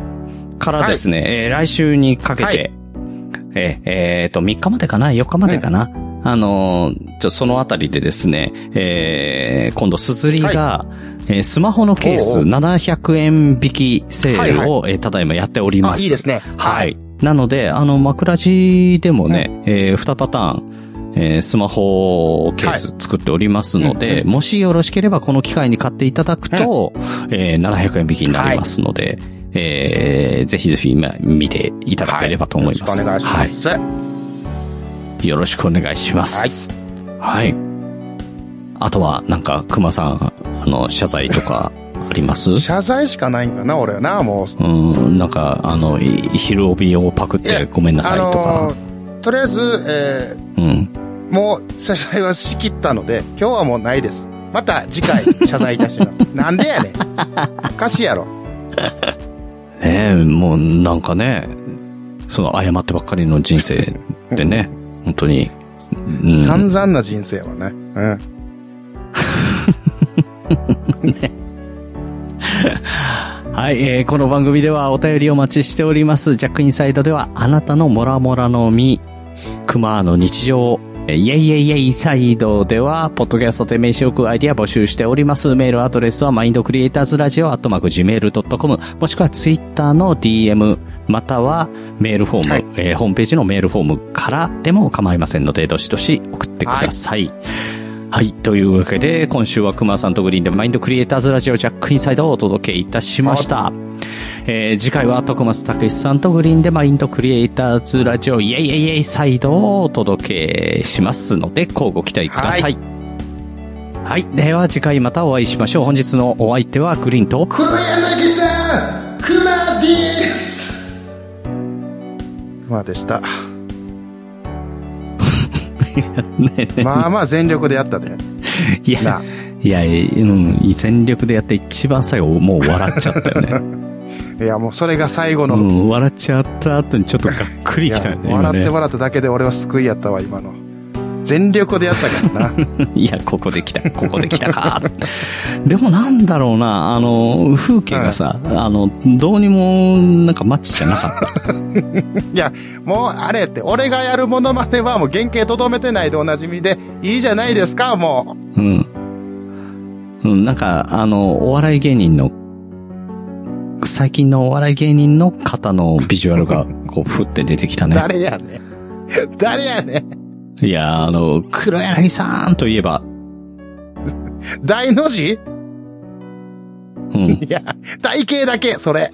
からですね、えー来週にかけて、はいえーえーと、3日までかな ?4 日までかな、あのーちょっとそのあたりでですね、えー今度、すずりが、えースマホのケーおうおスう700円引きセールを、はえーただいまやっておりまあ、す。いいですね。はい。なので、あの、枕地でもね、えー、2パターン、えースマホケース作っておりますので、うんもしよろしければこの機会に買っていただくと、えー700円引きになりますので、えーぜひぜひ今見ていただければと思います。よろしくお願いします。はい。よろしくお願いします。はい。あとは、なんか、熊さん、あの、謝罪と かあります謝罪しかないんかな、俺はな、もう。うん、なんか、あの、い昼帯をパクっいやてごめんなさいとか。ーとりあえず、えうん。ーもう謝罪はしきったので、今日はもうないです。また次回謝罪いた します。なんでやねん。おかしいやろ。ねえ、もうなんかね、その謝ってばっかりの人生でね、本当に。うん散々な人生はね。うん。はい、えーこの番組ではお便りお待ちしております。ジャックインサイドでは、あなたのモラモラの実、クマの日常を、えーイェイイェイイェイサイドでは、ポッドキャストで名刺置くアイディア募集しております。メールアドレスは、マインドクリエイターズラジオ、アットマーク、gmail.com、もしくはツイッターの DM、またはメールフォーム、はいえーホームページのメールフォームからでも構いませんので、どしどし送ってください。はい。というわけで、今週は熊さんとグリーンでマインドクリエイターズラジオジャックインサイドをお届けいたしました。えー次回は徳松武さんとグリーンでマインドクリエイターズラジオイエイエイエイサイドをお届けしますので、乞うご期待ください。はい。では次回またお会いしましょう。本日のお相手はグリーンと、黒柳さん熊です熊 でした。ねまあまあ全力でやったで。 いやな、いや、うん、全力でやって一番最後もう笑っちゃったよ ね。いや、もうそれが最後うの。ん、笑っちゃった後にちょっとがっくりきたよね。いや今笑っねて笑っただけで俺は救いやったわ、今の。全力でやったから な。いや、ここで来 た、ここで来たか。でもなんだろうな、あの、風景がさ、あの、どうにも、なんかマッチじゃな かっいや、もうあれって、俺がやるものまではもう原型とどめてないでおなじみで、いいじゃないですか、もた。うん。うん、なんか、あの、お笑い芸人の、最近のお笑い芸人の方のビジュアルが、 こう、ふって出てきたう。ね。誰やねん。誰やねん。いや、あの、黒柳さんといえば、大の字 うん。いいや、体型だけ、それ。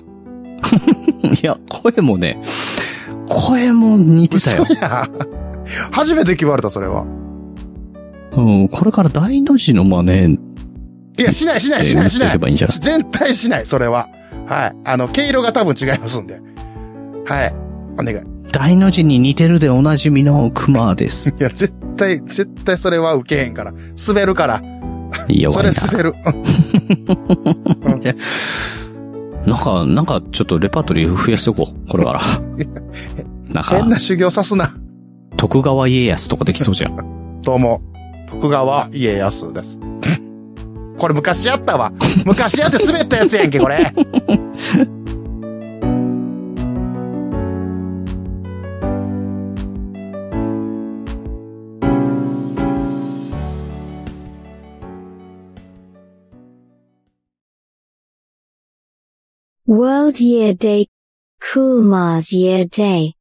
や、声もね、声も似てたよ。いや、初めて決まれた、それは。うん、これから大の字の真似、いや、しない、しない、しない、ししていなけい。ばいいんじゃない 全体しない、それは。はい。あの、毛色が多分違いますんで。はい。お願い。大の字に似てるでおなじみの熊です。いや、絶対、絶対それは受けへんから。滑るから。弱そいなれ。滑る。うんなんか、なんかちょっとレパートリー増やしとこう。これ から。なん変か、な修行さすな。徳川家康とかできそうじゃん。どうも、徳川家康です。これ昔やったわ。昔やって滑ったやつやんけ、これ。 World Year Day, Kuma's Year Day.